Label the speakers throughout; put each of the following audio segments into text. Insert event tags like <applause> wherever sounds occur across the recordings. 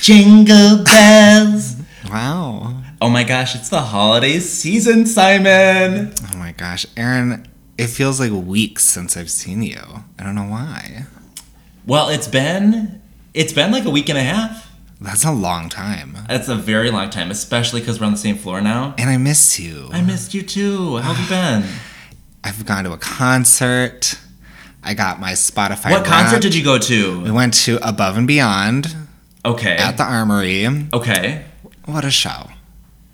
Speaker 1: Jingle bells.
Speaker 2: Wow.
Speaker 1: Oh my gosh, it's the holiday season, Simon.
Speaker 2: Oh my gosh. Aaron, it feels like weeks since I've seen you. I don't know why.
Speaker 1: Well, it's been it's been like a week and a half.
Speaker 2: That's a long time.
Speaker 1: That's a very long time, especially because we're on the same floor now.
Speaker 2: And I miss you.
Speaker 1: I missed you too. How
Speaker 2: <sighs>
Speaker 1: have you been?
Speaker 2: I've gone to a concert. I got my Spotify.
Speaker 1: What concert
Speaker 2: wrapped.
Speaker 1: did you go
Speaker 2: We
Speaker 1: to?
Speaker 2: went to Above and Beyond
Speaker 1: Okay.
Speaker 2: at the Armory.
Speaker 1: Okay.
Speaker 2: What a show.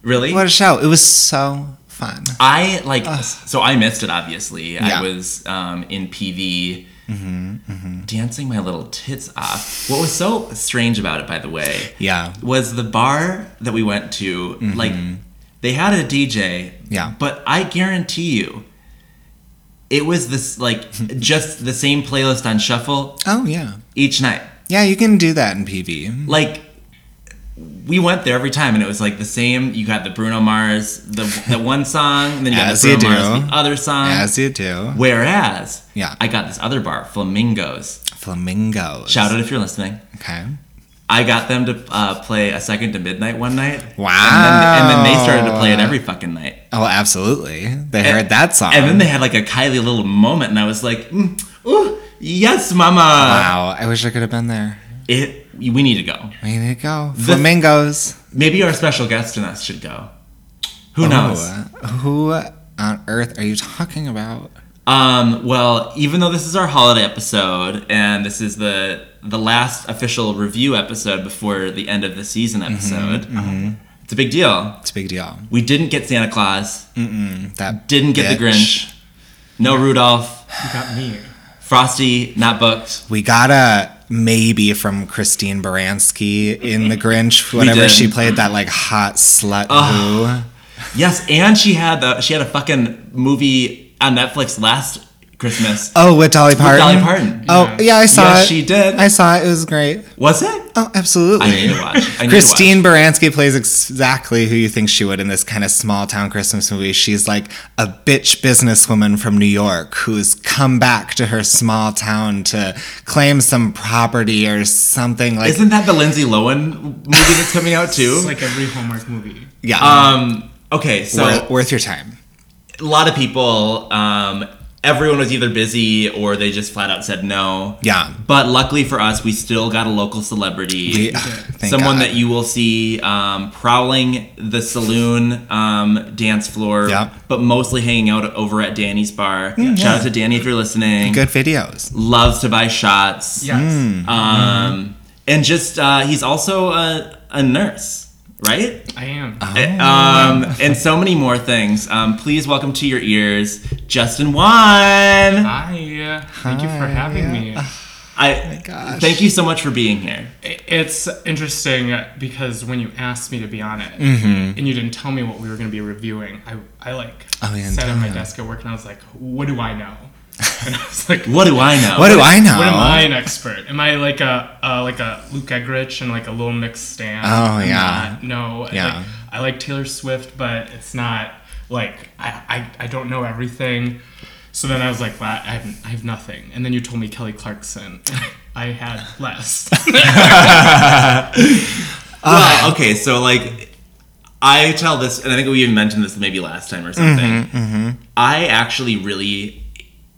Speaker 1: Really?
Speaker 2: What a show. It was so fun.
Speaker 1: I like so I missed it obviously. I
Speaker 2: Yeah. Mm-hmm,
Speaker 1: was um, in PV dancing my little tits off. What was so strange about it, by the way,
Speaker 2: Yeah.
Speaker 1: was the bar that we went to. Like they had a DJ,
Speaker 2: Mm-hmm. Yeah.
Speaker 1: but I guarantee you, it was this
Speaker 2: <laughs>
Speaker 1: like just the same playlist on shuffle
Speaker 2: Oh, yeah.
Speaker 1: each night.
Speaker 2: Yeah, you can do that in PV.
Speaker 1: Like. We went there every time, and it was like the same. You got the Bruno Mars, the the
Speaker 2: <laughs>
Speaker 1: one song, and then you got
Speaker 2: As
Speaker 1: the Bruno
Speaker 2: you do.
Speaker 1: Mars, the other song.
Speaker 2: As you do.
Speaker 1: Whereas,
Speaker 2: Yeah.
Speaker 1: Uh, I got this other bar, Flamingos.
Speaker 2: Flamingos.
Speaker 1: Shout out if you're listening.
Speaker 2: Okay.
Speaker 1: I got them to uh, play a second to midnight one night.
Speaker 2: Wow.
Speaker 1: And then, and then they started to play
Speaker 2: Ah.
Speaker 1: it every fucking night.
Speaker 2: Oh, absolutely. They heard that song.
Speaker 1: And then E they had like a Kylie little moment, and I was like, mm, ooh, yes, mama.
Speaker 2: Wow, I wish I could have been there.
Speaker 1: It, we need to go.
Speaker 2: Way to go. Flamingos.
Speaker 1: Maybe our special guest and us should go. Who knows?
Speaker 2: Oh, who on earth are you talking about?
Speaker 1: Um, well, even though this is our holiday episode and this is the the last official review episode before the end of the season
Speaker 2: Mm-hmm,
Speaker 1: episode, it's a big deal.
Speaker 2: It's a big deal.
Speaker 1: We didn't get Santa Claus,
Speaker 2: That
Speaker 1: didn't get the
Speaker 2: bitch.
Speaker 1: Grinch, no Rudolph,
Speaker 3: You got me.
Speaker 1: Frosty not booked.
Speaker 2: We got a maybe from Christine Baranski in The Grinch whenever
Speaker 1: did. Ah.
Speaker 2: she played that like hot slut who.
Speaker 1: Yes, and she had the she had a fucking movie on Netflix last Christmas.
Speaker 2: Oh, with Dolly Parton.
Speaker 1: Dolly Parton.
Speaker 2: Oh, yeah, I saw
Speaker 1: Yes,
Speaker 2: it.
Speaker 1: she did.
Speaker 2: I saw it. It was great.
Speaker 1: Was it?
Speaker 2: Oh, absolutely.
Speaker 1: I need to watch. I need
Speaker 2: Christine Baranski plays exactly who you think she would in this kind of small town Christmas movie. She's like a bitch businesswoman from New York who's come back to her small town to claim some property or something
Speaker 1: To
Speaker 2: like
Speaker 1: watch. Isn't that the Lindsay Lohan movie that's coming out too?
Speaker 3: It's like every Hallmark movie.
Speaker 2: yeah,
Speaker 1: um. Okay, so
Speaker 2: wor- worth your time.
Speaker 1: a lot of people um, everyone was either busy or they just flat out said no
Speaker 2: Yeah.
Speaker 1: but luckily for us we still got a local celebrity
Speaker 2: We- ugh, thank
Speaker 1: someone
Speaker 2: God.
Speaker 1: that you will see um, prowling the saloon um, dance floor
Speaker 2: Yeah. Mm,
Speaker 1: but mostly hanging out over at danny's bar shout out to danny if you're listening
Speaker 2: good videos.
Speaker 1: loves to buy shots
Speaker 3: Yes.
Speaker 1: um, and just uh, he's also a, a nurse right
Speaker 3: I am.
Speaker 1: um, and so many more things. Um, please welcome to your ears, Justin
Speaker 3: Oh
Speaker 1: Wan.
Speaker 3: Hi. Thank you for having me.
Speaker 1: I
Speaker 2: gosh.
Speaker 1: thank you so much for being here.
Speaker 3: I- It's interesting because when you asked me to be on it and you didn't tell me what we were going to be reviewing, I, I like
Speaker 2: Oh, yeah,
Speaker 3: sat at my
Speaker 2: damn.
Speaker 3: desk at work and I was like, what do I know? And I was like,
Speaker 1: What do I know?
Speaker 2: What do I know?
Speaker 3: What am I
Speaker 2: Oh.
Speaker 3: an expert? Am I like a uh, like a Luke Egrich and like a Little Mix stand?
Speaker 2: Oh,
Speaker 3: I'm
Speaker 2: yeah.
Speaker 3: not. no. I
Speaker 2: Yeah.
Speaker 3: Like, I like Taylor Swift, but it's not like I, I I don't know everything. So then I was like, well, I have I have nothing. And then you told me Kelly Clarkson. <laughs> I had less.
Speaker 1: Well, okay, so like I tell this, and I think we even mentioned this maybe last time or
Speaker 2: Mm-hmm,
Speaker 1: something. I actually really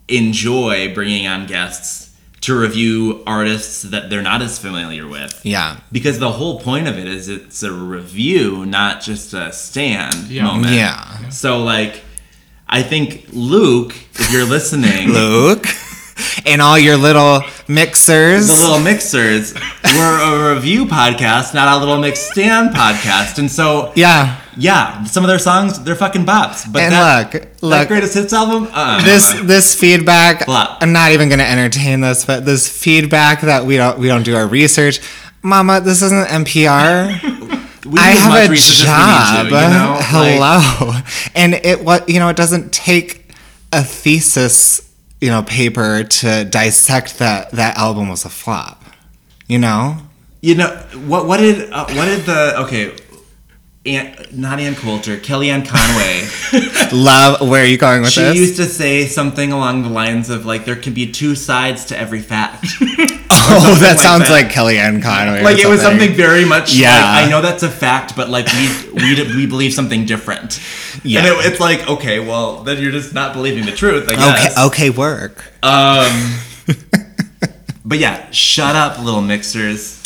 Speaker 1: enjoy bringing on guests to review artists that they're not as familiar with.
Speaker 2: <laughs> Yeah,
Speaker 1: Because the whole point of it is it's a review, not just a stand
Speaker 3: Yeah.
Speaker 1: moment.
Speaker 2: <laughs> yeah.
Speaker 1: So like, I think Luke, if you're listening,
Speaker 2: Luke <laughs> and all your little mixers.
Speaker 1: the Little Mixers, we're a review podcast, not a Little Mix Stand podcast. And so
Speaker 2: yeah,
Speaker 1: yeah, some of their songs they're fucking bops. But
Speaker 2: and
Speaker 1: that,
Speaker 2: look,
Speaker 1: that
Speaker 2: look.
Speaker 1: greatest hits album, uh,
Speaker 2: this this feedback
Speaker 1: Blah.
Speaker 2: I'm not even gonna entertain this, but this feedback that we don't we don't do our research. Mama, this isn't NPR.
Speaker 1: <laughs> we
Speaker 2: I
Speaker 1: do as much
Speaker 2: have a
Speaker 1: research as
Speaker 2: job.
Speaker 1: we need to, you
Speaker 2: <laughs>
Speaker 1: know? Like,
Speaker 2: Hello. and it what you know, it doesn't take a thesis, you know, paper to dissect that that album was a flop. You know?
Speaker 1: you know what? What did uh, what did the okay? Ann, not Ann Coulter, Kellyanne Conway.
Speaker 2: <laughs> Love, where are you going with
Speaker 1: she
Speaker 2: this?
Speaker 1: used to say something along the lines of like, "There can be two sides to every
Speaker 2: <laughs>
Speaker 1: fact."
Speaker 2: <laughs> oh, that
Speaker 1: like
Speaker 2: sounds
Speaker 1: that.
Speaker 2: like Kellyanne Conway. or
Speaker 1: like it was something very much.
Speaker 2: Yeah.
Speaker 1: like, I know that's a fact, but like we we we believe something different.
Speaker 2: Yeah.
Speaker 1: and it, it's like okay, well then you're just not believing the truth. I
Speaker 2: Okay,
Speaker 1: guess.
Speaker 2: okay, work.
Speaker 1: Um, but yeah, shut up, little mixers.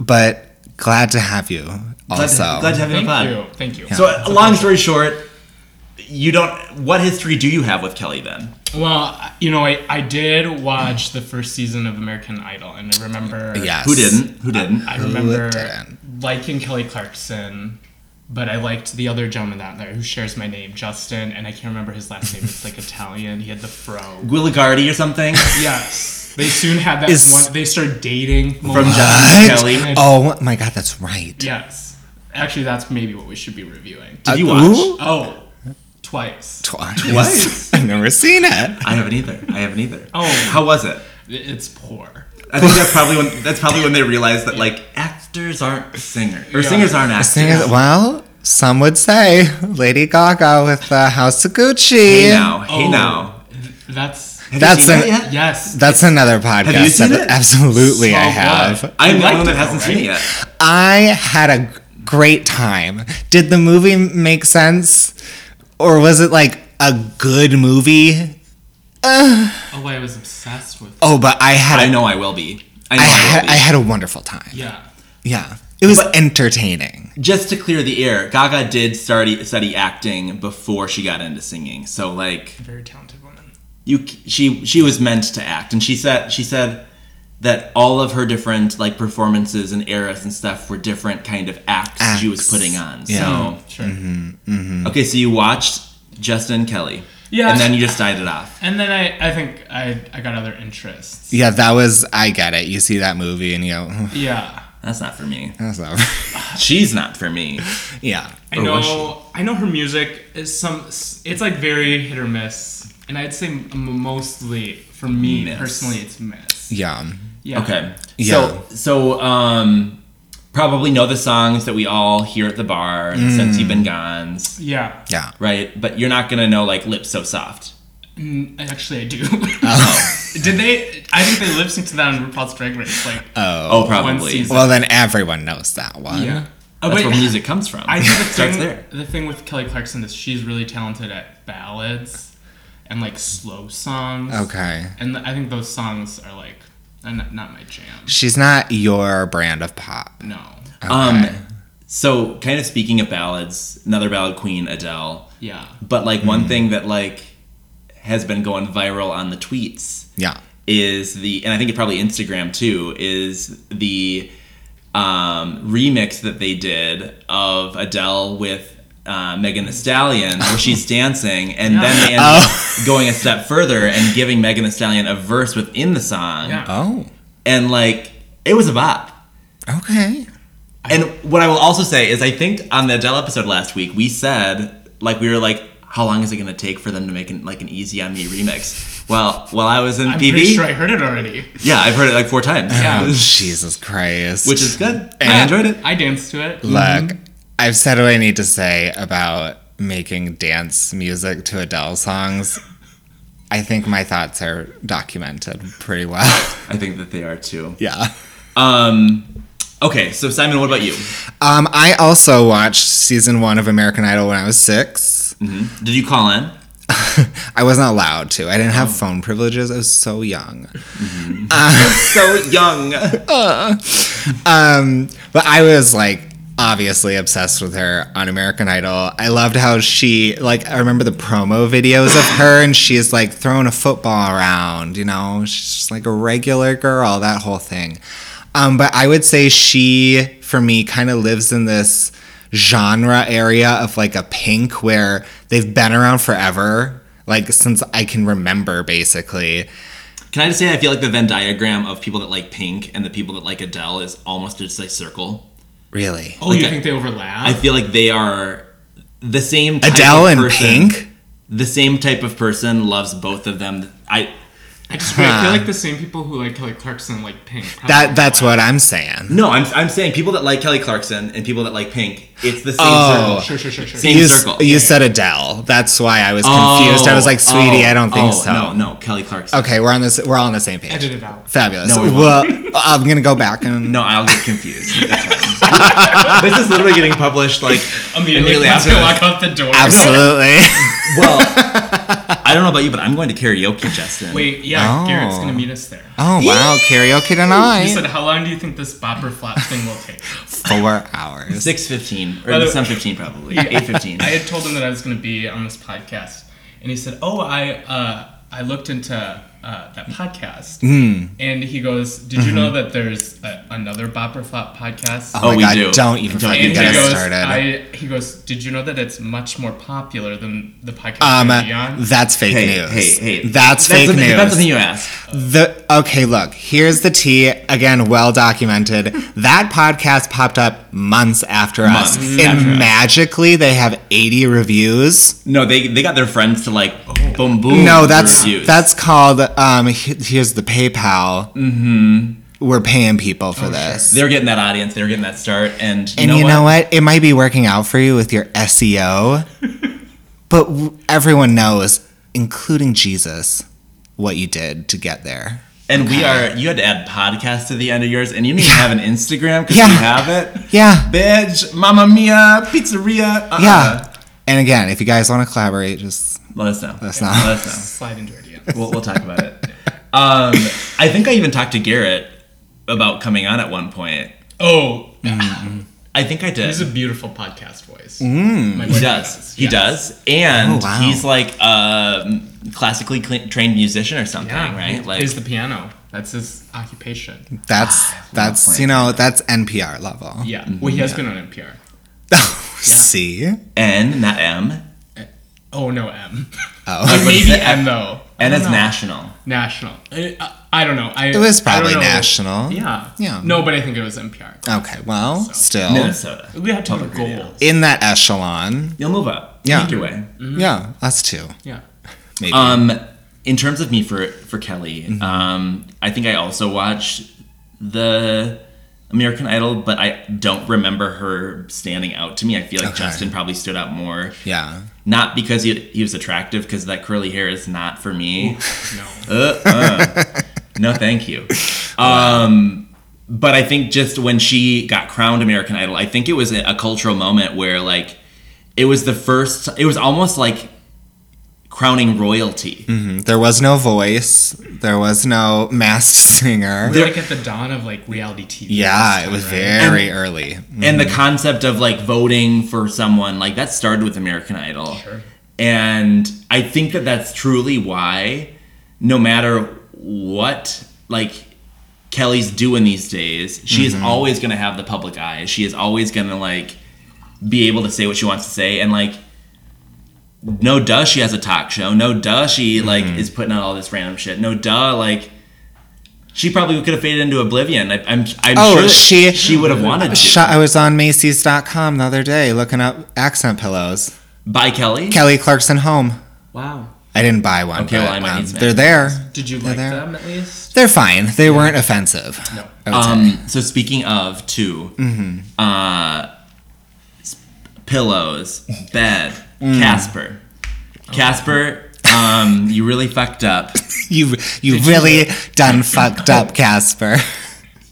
Speaker 2: But glad to have you.
Speaker 1: Glad,
Speaker 2: Also,
Speaker 1: to, glad to have you on
Speaker 3: Thank
Speaker 1: the pod.
Speaker 3: you. Thank you.
Speaker 1: So, uh, long story short, you don't. What history do you have with Kelly then?
Speaker 3: Well, you know, I, I did watch the first season of American Idol, and I remember.
Speaker 2: yes.
Speaker 1: Who didn't? Who didn't?
Speaker 3: I remember
Speaker 2: didn't?
Speaker 3: liking Kelly Clarkson, but I liked the other gentleman out there who shares my name, Justin, and I can't remember his last name. It's like Italian. He had the fro.
Speaker 1: Guiligardi or
Speaker 2: <laughs>
Speaker 1: something
Speaker 3: Yes. They soon had that
Speaker 2: Is-
Speaker 3: one. They started dating.
Speaker 1: from John
Speaker 2: What?
Speaker 1: Kelly. Did
Speaker 2: Oh my god, that's right.
Speaker 3: Yes. Actually, that's maybe what we should be reviewing.
Speaker 1: you
Speaker 2: Uh,
Speaker 1: watch?
Speaker 2: ooh.
Speaker 3: Oh, twice.
Speaker 2: Twice.
Speaker 1: Twice?
Speaker 2: <laughs> I've never seen it.
Speaker 1: I haven't either. I haven't either.
Speaker 3: <laughs> Oh.
Speaker 1: how was it?
Speaker 3: It's poor.
Speaker 1: I think that's probably when that's probably when they realized that like actors aren't singers or
Speaker 3: Yeah.
Speaker 1: singers aren't actors.
Speaker 2: Singers- Well, some would say Lady Gaga with the House of Gucci.
Speaker 1: Hey now, hey
Speaker 3: Oh.
Speaker 1: now.
Speaker 3: That's.
Speaker 1: Have
Speaker 2: That's
Speaker 1: you seen
Speaker 2: an-
Speaker 1: that yet?
Speaker 3: Yes.
Speaker 2: That's another podcast.
Speaker 1: you seen
Speaker 2: that-
Speaker 1: it?
Speaker 2: Absolutely, I
Speaker 3: So
Speaker 2: have.
Speaker 3: good.
Speaker 1: I'm the
Speaker 3: liked
Speaker 1: one that
Speaker 3: it,
Speaker 1: hasn't
Speaker 3: though,
Speaker 1: seen it
Speaker 3: right?
Speaker 1: yet.
Speaker 2: I had a g- great time. Did the movie make sense, or was it like a good movie?
Speaker 3: Oh, I was obsessed with.
Speaker 2: Oh, but I had.
Speaker 1: I know I will be. I know
Speaker 2: I
Speaker 1: I,
Speaker 2: had.
Speaker 1: will be.
Speaker 2: I had a wonderful time.
Speaker 3: Yeah.
Speaker 2: Yeah, it was entertaining.
Speaker 1: Just to clear the air, Gaga did study study acting before she got into singing. So like
Speaker 3: Very talented woman.
Speaker 1: you she she was meant to act and she said she said that all of her different like performances and eras and stuff were different kind of acts, she was
Speaker 2: Acts.
Speaker 1: putting on.
Speaker 2: Yeah.
Speaker 1: So
Speaker 3: Mm, Sure.
Speaker 1: okay, so you watched Justin Kelly.
Speaker 3: Yeah.
Speaker 1: And then you just died it off.
Speaker 3: And then I, I think I, I got other interests.
Speaker 2: Yeah, that was. I get it. You see that movie and you go, "Ugh,
Speaker 3: Yeah.
Speaker 1: That's not for me.
Speaker 2: that's not. <laughs>
Speaker 1: She's not for me.
Speaker 2: yeah.
Speaker 3: I
Speaker 1: Or was
Speaker 3: know I know her music is some it's like very hit or miss. And I'd say m- mostly for me
Speaker 1: Miss.
Speaker 3: personally it's miss.
Speaker 2: Yeah.
Speaker 3: Yeah.
Speaker 1: Okay.
Speaker 2: Yeah.
Speaker 1: So so um probably know the songs that we all hear at the bar and since you've been
Speaker 2: Mm.
Speaker 1: gone,
Speaker 3: Yeah.
Speaker 2: Yeah. <laughs>
Speaker 1: right? But you're not gonna know like lips so soft.
Speaker 3: Mm, actually I do.
Speaker 1: <laughs> Oh.
Speaker 3: <laughs> Did they I think they lip sync to that on RuPaul's Drag Race like
Speaker 2: Oh.
Speaker 1: Oh, probably.
Speaker 3: season.
Speaker 2: Well, then everyone knows that one.
Speaker 3: yeah. Oh,
Speaker 1: That's
Speaker 3: but
Speaker 1: where music comes from. <laughs>
Speaker 3: I
Speaker 1: It
Speaker 3: think the
Speaker 1: starts
Speaker 3: thing,
Speaker 1: there.
Speaker 3: the thing with Kelly Clarkson is she's really talented at ballads and like slow songs.
Speaker 2: Okay.
Speaker 3: And I think those songs are like are not, not my jam.
Speaker 2: She's not your brand of pop.
Speaker 3: No.
Speaker 1: Um, so kind of speaking of ballads, another ballad queen, Adele.
Speaker 3: Yeah.
Speaker 1: But like
Speaker 2: Mm.
Speaker 1: one thing that like has been going viral on the tweets
Speaker 2: Yeah.
Speaker 1: is the, and I think it probably Instagram too, is the um, remix that they did of Adele with uh, Megan The Stallion, where
Speaker 3: <laughs>
Speaker 1: she's dancing, and then they end
Speaker 3: Oh.
Speaker 1: up going a step further and giving Megan The Stallion a verse within the song,
Speaker 3: Yeah.
Speaker 2: Oh.
Speaker 1: and like it was a bop.
Speaker 2: Okay.
Speaker 1: And what I will also say is, I think on the Adele episode last week, we said like we were like, how long is it going to take for them to make an, like an easy on me remix? Well, while I was in
Speaker 3: I'm
Speaker 1: PV,
Speaker 3: pretty sure I heard it already.
Speaker 1: yeah, I've heard it like four times, <laughs>
Speaker 2: Oh,
Speaker 3: Yeah.
Speaker 2: Jesus Christ.
Speaker 1: which is good. I
Speaker 2: Yeah.
Speaker 1: enjoyed it.
Speaker 3: I danced to it.
Speaker 2: Look, I've said what I need to say about making dance music to Adele songs. I think my thoughts are documented pretty well. <laughs>
Speaker 1: I think that they are too.
Speaker 2: yeah.
Speaker 1: Um, okay, so Simon, what about you?
Speaker 2: Um, I also watched season one of American Idol when I was six.
Speaker 1: Did you call in?
Speaker 2: <laughs> I wasn't allowed to. I didn't have phone privileges. I was so young.
Speaker 1: So young.
Speaker 2: Um, but I was like obviously obsessed with her on American Idol. I loved how she like I remember the promo videos of her and she's like throwing a football around, you know. She's just like a regular girl, that whole thing. Um, but I would say she for me kind of lives in this genre area of like a pink where they've been around forever, like since I can remember basically.
Speaker 1: <laughs> Can I just say I feel like the Venn diagram of people that like Pink and the people that like Adele is almost just a circle.
Speaker 2: Really.
Speaker 3: Oh, you
Speaker 1: Okay.
Speaker 3: think they overlap?
Speaker 1: I feel like they are the same. Type
Speaker 2: Adele
Speaker 1: of
Speaker 2: and
Speaker 1: person.
Speaker 2: Pink?
Speaker 1: the same type of person loves both of them. I
Speaker 3: I just I feel like the same people who like Kelly Clarkson like Pink. probably
Speaker 2: That that's
Speaker 3: don't
Speaker 2: what I'm saying.
Speaker 1: No, I'm, I'm saying people that like Kelly Clarkson and people that like Pink, it's the same
Speaker 2: Oh.
Speaker 1: circle.
Speaker 3: Sure, sure, sure, sure.
Speaker 1: Same
Speaker 2: You, s-
Speaker 1: circle.
Speaker 2: you said Adele. That's why I was confused. I was like, sweetie,
Speaker 1: oh,
Speaker 2: I don't think
Speaker 1: oh,
Speaker 2: so.
Speaker 1: No, no, Kelly Clarkson.
Speaker 2: Okay, we're on this. We're all on the same page.
Speaker 3: Edit it out.
Speaker 2: Fabulous.
Speaker 1: No, we
Speaker 2: well, uh, I'm gonna go back and
Speaker 1: No, I'll get confused. That's
Speaker 2: <laughs>
Speaker 1: fine. this is literally getting published like
Speaker 3: Immediately after
Speaker 1: this.
Speaker 3: lock out the door.
Speaker 1: <laughs>
Speaker 2: absolutely.
Speaker 1: Well, I don't know about you, but I'm going to karaoke, Justin.
Speaker 3: Wait, yeah,
Speaker 2: Oh.
Speaker 3: Garrett's gonna meet us there.
Speaker 2: oh wow, karaoke
Speaker 3: He
Speaker 2: tonight.
Speaker 3: said, <laughs> "How long do you think this bopper flap thing will
Speaker 2: <laughs>
Speaker 3: take?"
Speaker 2: Four hours.
Speaker 1: Six fifteen
Speaker 3: By
Speaker 1: or
Speaker 3: the-
Speaker 1: seven fifteen probably eight fifteen.
Speaker 3: I had told him that I was going to be on this podcast, and he said, "Oh, I uh, I looked into uh, that podcast."
Speaker 2: Hmm.
Speaker 3: And he goes, "Did
Speaker 2: Mm-hmm.
Speaker 3: you know that there's a, another Bopper Flop podcast?"
Speaker 2: Oh, my
Speaker 1: we
Speaker 2: god,
Speaker 1: do.
Speaker 2: not even
Speaker 1: Don't even
Speaker 2: fucking
Speaker 3: and
Speaker 2: get
Speaker 3: he
Speaker 1: get
Speaker 2: us
Speaker 3: goes,
Speaker 2: started.
Speaker 3: I, he goes, "Did you know that it's much more popular than the podcast
Speaker 2: um,
Speaker 3: you're beyond?"
Speaker 2: that's fake
Speaker 1: hey,
Speaker 2: news.
Speaker 1: hey, hey,
Speaker 2: That's, fake
Speaker 1: the,
Speaker 2: news.
Speaker 1: That's the thing you asked.
Speaker 2: The okay, look, here's the tea. Again,
Speaker 1: <laughs>
Speaker 2: well documented. That podcast popped up months after
Speaker 1: Months
Speaker 2: us,
Speaker 1: after
Speaker 2: and
Speaker 1: us.
Speaker 2: magically they have 80 reviews.
Speaker 1: No, they they got their friends to like boom boom.
Speaker 2: no, that's
Speaker 1: the reviews.
Speaker 2: that's called. Um, he- here's the PayPal. Mm-hmm. We're paying people for this.
Speaker 1: they're getting that audience. They're getting that start, and Oh, you,
Speaker 2: And
Speaker 1: know,
Speaker 2: you
Speaker 1: what?
Speaker 2: know what? It might be working out for you with your
Speaker 1: <laughs>
Speaker 2: SEO, but w- everyone knows, including Jesus, what you did to get there.
Speaker 1: And we are. You had to add podcast to the end of yours, and you didn't even have an Instagram because
Speaker 2: Yeah.
Speaker 1: you have it.
Speaker 2: Yeah.
Speaker 1: Bitch, Mamma Mia, Pizzeria. Uh-uh.
Speaker 2: Yeah. Uh, And again, if you guys want to collaborate, just
Speaker 1: Let us know. Let
Speaker 2: us know.
Speaker 1: Let us know.
Speaker 3: Slide into it again.
Speaker 1: we'll, we'll talk about it. Um, I think I even talked to Garrett about coming on at one point.
Speaker 3: Oh,
Speaker 2: mm.
Speaker 1: I think I did.
Speaker 3: he's a beautiful podcast voice. Mm,
Speaker 1: he does. He does. And
Speaker 2: Oh, wow.
Speaker 1: he's like a classically cl- trained musician or something,
Speaker 3: Yeah,
Speaker 1: right? Like,
Speaker 3: plays the piano. That's his occupation.
Speaker 2: that's that's
Speaker 1: playing
Speaker 2: you know that's NPR level. <laughs> Oh,
Speaker 3: Yeah. Well, he has been on NPR.
Speaker 2: See,
Speaker 1: N, not M.
Speaker 3: Oh
Speaker 2: <laughs>
Speaker 3: no, M.
Speaker 2: Oh.
Speaker 3: Or maybe M though. I
Speaker 1: N
Speaker 3: don't
Speaker 1: is
Speaker 3: know.
Speaker 1: national.
Speaker 3: National. Eh, I, I, I don't know. I,
Speaker 2: it was
Speaker 3: I don't
Speaker 2: probably
Speaker 3: know.
Speaker 2: national.
Speaker 3: Yeah.
Speaker 2: Yeah. Uh,
Speaker 3: No, but I think it was NPR.
Speaker 2: Okay. Well, still
Speaker 1: Minnesota.
Speaker 3: We have to go
Speaker 1: Public radio.
Speaker 3: goals.
Speaker 2: in that echelon.
Speaker 1: You'll move up.
Speaker 2: Yeah.
Speaker 1: Either way.
Speaker 3: Mm-hmm.
Speaker 2: Yeah, us too.
Speaker 3: Yeah. <laughs>
Speaker 2: Maybe.
Speaker 1: Um, in terms of me for for Kelly,
Speaker 2: Mm-hmm.
Speaker 1: um, I think I also watched the American Idol, but I don't remember her standing out to me. I feel like
Speaker 2: Okay.
Speaker 1: Justin probably stood out more,
Speaker 2: yeah.
Speaker 1: not because he, he was attractive, because that curly hair is not for me.
Speaker 3: No.
Speaker 1: Uh, uh. no, thank you. Um, but I think just when she got crowned American Idol, I think it was a, a cultural moment where like it was the first. It was almost like crowning royalty.
Speaker 2: There was no voice. There was no masked <laughs> singer.
Speaker 3: We're like at the dawn of like reality TV.
Speaker 2: yeah, it was very
Speaker 1: And-
Speaker 2: early.
Speaker 1: and the concept of like voting for someone like that started with American Idol.
Speaker 3: Sure.
Speaker 1: And I think that that's truly why no matter what like Kelly's doing these days, she is
Speaker 2: Mm-hmm.
Speaker 1: always going to have the public eye. She is always going to like be able to say what she wants to say and like no duh she has a talk show. No duh she like
Speaker 2: Mm-hmm.
Speaker 1: is putting out all this random shit. No duh like she probably could have faded into oblivion. I, I'm, I'm
Speaker 2: Oh,
Speaker 1: sure that
Speaker 2: she-
Speaker 1: she would have wanted to.
Speaker 2: Sh- I was on Macy's.com the other day looking up accent pillows.
Speaker 1: By Kelly.
Speaker 2: Kelly Clarkson home.
Speaker 3: Wow.
Speaker 2: I didn't buy one.
Speaker 1: Okay,
Speaker 2: but,
Speaker 1: well, I might
Speaker 2: um,
Speaker 1: need some
Speaker 2: they're there.
Speaker 3: Did you like
Speaker 2: there.
Speaker 3: them at least?
Speaker 2: They're fine. They weren't offensive.
Speaker 3: No.
Speaker 2: I would say.
Speaker 1: Um, so speaking of 2
Speaker 2: Mm-hmm.
Speaker 1: uh, s- pillows, bed,
Speaker 2: Mm.
Speaker 1: Casper, Casper,
Speaker 2: Oh.
Speaker 1: um, you really fucked up.
Speaker 2: you you really done fucked up, Casper.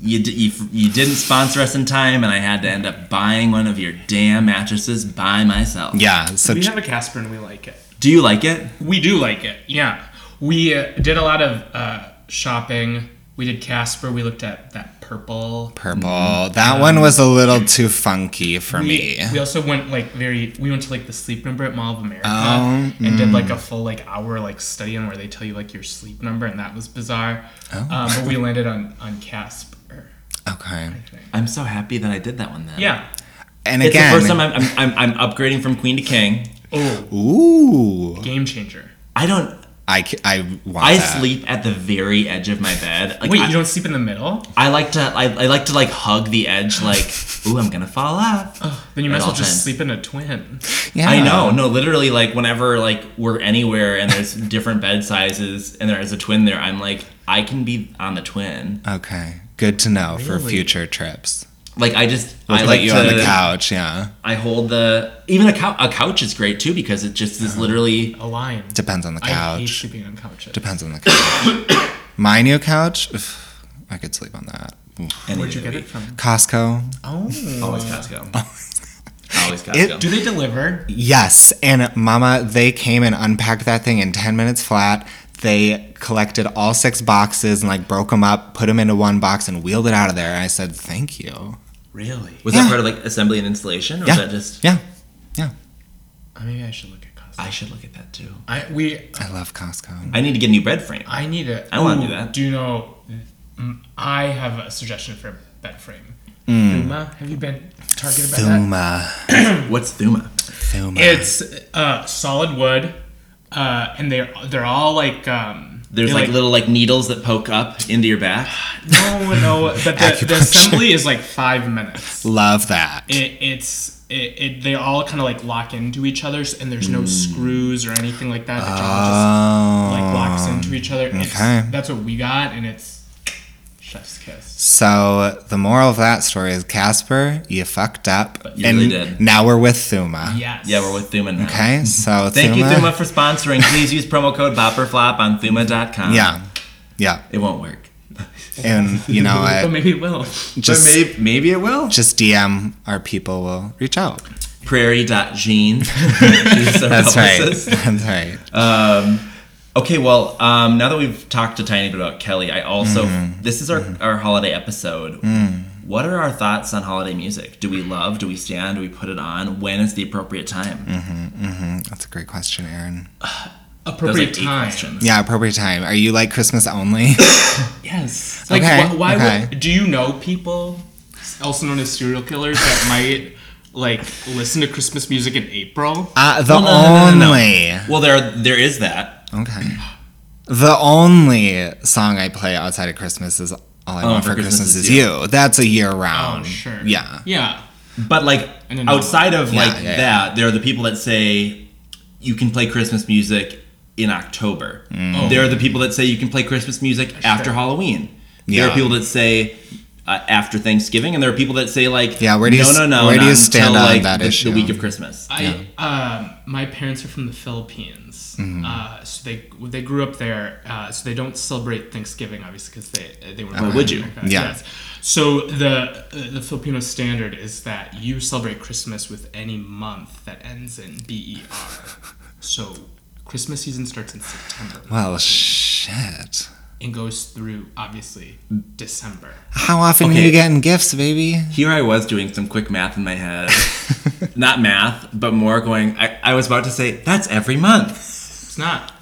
Speaker 1: You, d- you f- you didn't sponsor us in time, and I had to end up buying one of your damn mattresses by myself.
Speaker 2: <laughs> yeah. So
Speaker 3: We have a Casper and we like it.
Speaker 1: Do you like it?
Speaker 3: We do like it. Yeah. We uh, did a lot of uh, shopping. We did Casper. We looked at that purple.
Speaker 2: purple.
Speaker 1: Mm-hmm.
Speaker 2: That one was
Speaker 1: Um,
Speaker 2: a little too funky for
Speaker 3: We,
Speaker 2: me.
Speaker 3: we also went like very. We went to like the sleep number at Mall of America
Speaker 2: Oh,
Speaker 3: and did like a full like hour like study on where they tell you like your sleep number and that was bizarre.
Speaker 2: Oh.
Speaker 3: Um, but we landed on on
Speaker 2: <laughs>
Speaker 3: Casper.
Speaker 2: Okay.
Speaker 1: I'm so happy that I did that one then.
Speaker 3: Yeah.
Speaker 2: And
Speaker 1: It's
Speaker 2: again,
Speaker 1: the first time I'm, I'm, I'm, I'm upgrading from queen to king.
Speaker 3: Oh,
Speaker 2: ooh,
Speaker 3: game changer.
Speaker 1: I don't.
Speaker 2: I, c- I want
Speaker 1: I
Speaker 2: that.
Speaker 1: sleep at the very edge of my bed. Like,
Speaker 3: Wait,
Speaker 1: I-
Speaker 3: you don't sleep in the middle?
Speaker 1: I like to I, I like
Speaker 2: <laughs>
Speaker 1: to like hug the edge like ooh I'm gonna fall off.
Speaker 2: Uh-huh.
Speaker 3: Then you might
Speaker 1: At
Speaker 3: as well
Speaker 1: all
Speaker 3: just
Speaker 1: times.
Speaker 3: sleep in a twin.
Speaker 2: Yeah.
Speaker 1: I know. No, literally, like whenever like we're anywhere and there's <laughs> different bed sizes and there's a twin there, I'm like, I can be on the twin.
Speaker 2: Okay. Good to know for
Speaker 1: Really?
Speaker 2: future trips.
Speaker 1: Like I just, I
Speaker 2: Like,
Speaker 1: like
Speaker 2: you on
Speaker 1: to-
Speaker 2: the couch, yeah.
Speaker 1: I hold the even a couch. A couch is great too because it just
Speaker 2: Uh-huh.
Speaker 1: is literally.
Speaker 3: A lion.
Speaker 2: Depends on the
Speaker 3: I hate
Speaker 2: couch.
Speaker 3: sleeping on couches.
Speaker 2: Depends on the couch.
Speaker 1: <coughs>
Speaker 2: My new couch, Oof, I could sleep on that. Oof.
Speaker 1: any
Speaker 3: Where'd you
Speaker 1: day of
Speaker 3: get
Speaker 1: the
Speaker 3: it from?
Speaker 2: Costco.
Speaker 3: Oh.
Speaker 1: week. Always
Speaker 2: <laughs>
Speaker 1: Costco. Always Costco.
Speaker 3: Do they deliver?
Speaker 2: Yes, and Mama, they came and unpacked that thing in ten minutes flat. They collected all six boxes and like broke them up, put them into one box, and wheeled it out of there. I said, "Thank you."
Speaker 1: really? Was that
Speaker 2: Yeah.
Speaker 1: part of like assembly and installation, or
Speaker 2: yeah,
Speaker 1: was that just?
Speaker 2: yeah,
Speaker 3: Oh, maybe I should look at Costco.
Speaker 1: I should look at that too.
Speaker 3: I we
Speaker 2: I love Costco.
Speaker 1: I need to get a new bed frame.
Speaker 3: I need it.
Speaker 1: I wanna do that.
Speaker 3: Do you know? mm, I have a suggestion for a bed frame.
Speaker 1: Mm.
Speaker 3: Uma, have you been targeted by that?
Speaker 2: Thuma,
Speaker 1: What's Thuma?
Speaker 2: Thuma.
Speaker 3: It's uh, solid wood, uh, and they they're all like um,
Speaker 1: There's
Speaker 3: they,
Speaker 1: like, little like needles that poke up into your back.
Speaker 3: no no,
Speaker 1: <laughs>
Speaker 3: but the, the
Speaker 2: Acupuncture.
Speaker 3: assembly is like five minutes.
Speaker 2: love that.
Speaker 3: It, it's it, it they all kind of like lock into each other, and there's
Speaker 2: Mm.
Speaker 3: no screws or anything like that. It
Speaker 2: oh,
Speaker 3: all just like locks into each other. It's,
Speaker 2: okay.
Speaker 3: that's what we got, and it's chef's kiss.
Speaker 2: So the moral of that story is Casper, you fucked up,
Speaker 1: You
Speaker 2: and
Speaker 1: really did.
Speaker 2: now we're with Thuma.
Speaker 3: Yes.
Speaker 1: Yeah, we're with Thuma now.
Speaker 2: Okay, so
Speaker 1: Thank you, Thuma, for sponsoring. Please use promo code BopperFlop on Thuma.com.
Speaker 2: Yeah, yeah,
Speaker 1: It won't work.
Speaker 2: and you
Speaker 1: <laughs>
Speaker 2: know
Speaker 3: But
Speaker 2: what?
Speaker 3: maybe it will.
Speaker 2: Just
Speaker 1: maybe, maybe it will.
Speaker 2: just DM our people will reach out.
Speaker 1: Prairie.Jean. That's
Speaker 2: <laughs> That's right. That's right.
Speaker 1: Okay, well, um, now that we've talked a tiny bit about Kelly, I also this is our, our holiday episode. What are our thoughts on holiday music? Do we love? Do we stand? Do we put it on? When is the appropriate time?
Speaker 2: That's a great question, Aaron.
Speaker 1: Those
Speaker 3: Appropriate
Speaker 1: like, eight
Speaker 3: time.
Speaker 1: questions.
Speaker 2: Yeah, appropriate time. Are you like Christmas only?
Speaker 3: Yes. Like,
Speaker 2: Okay,
Speaker 3: wh- why
Speaker 2: okay.
Speaker 3: would, do you know people, also known as serial killers, that might like listen to Christmas music in April?
Speaker 2: <laughs> Uh, the
Speaker 1: Well, no, no, no, no, no.
Speaker 2: only.
Speaker 1: Well, there there is that.
Speaker 2: Okay. The only song I play outside of Christmas is All I Want Oh, for Christmas, Is You. That's a year
Speaker 3: Oh,
Speaker 2: round.
Speaker 3: sure.
Speaker 2: Yeah.
Speaker 3: Yeah.
Speaker 1: But like
Speaker 3: And then-
Speaker 1: outside of
Speaker 2: Yeah,
Speaker 1: like
Speaker 2: yeah, yeah.
Speaker 1: that, there are the people that say you can play Christmas music in October.
Speaker 2: Mm.
Speaker 3: Oh.
Speaker 1: There are the people that say you can play Christmas music after Halloween. There
Speaker 2: Yeah.
Speaker 1: are people that say uh, after Thanksgiving, and there are people that say like
Speaker 2: Yeah, where do you
Speaker 1: no
Speaker 2: s-
Speaker 1: no no
Speaker 2: where do you
Speaker 1: not
Speaker 2: stand
Speaker 1: until,
Speaker 2: on
Speaker 1: like,
Speaker 2: that
Speaker 1: the,
Speaker 2: issue?
Speaker 1: the week of Christmas.
Speaker 3: I um, my parents are from the Philippines, uh, so they they grew up there. Uh, so they don't celebrate Thanksgiving, obviously, because they they were. Why
Speaker 1: would you?
Speaker 2: Yeah.
Speaker 3: So the uh, the Filipino standard is that you celebrate Christmas with any month that ends in B E R. So Christmas season starts in September
Speaker 2: Well, shit.
Speaker 3: and goes through obviously December.
Speaker 2: How often are
Speaker 1: Okay.
Speaker 2: you getting gifts, baby? <laughs>
Speaker 1: Here I was doing some quick math in my head, not math, but more going. I, I was about to say that's every month.
Speaker 3: It's not.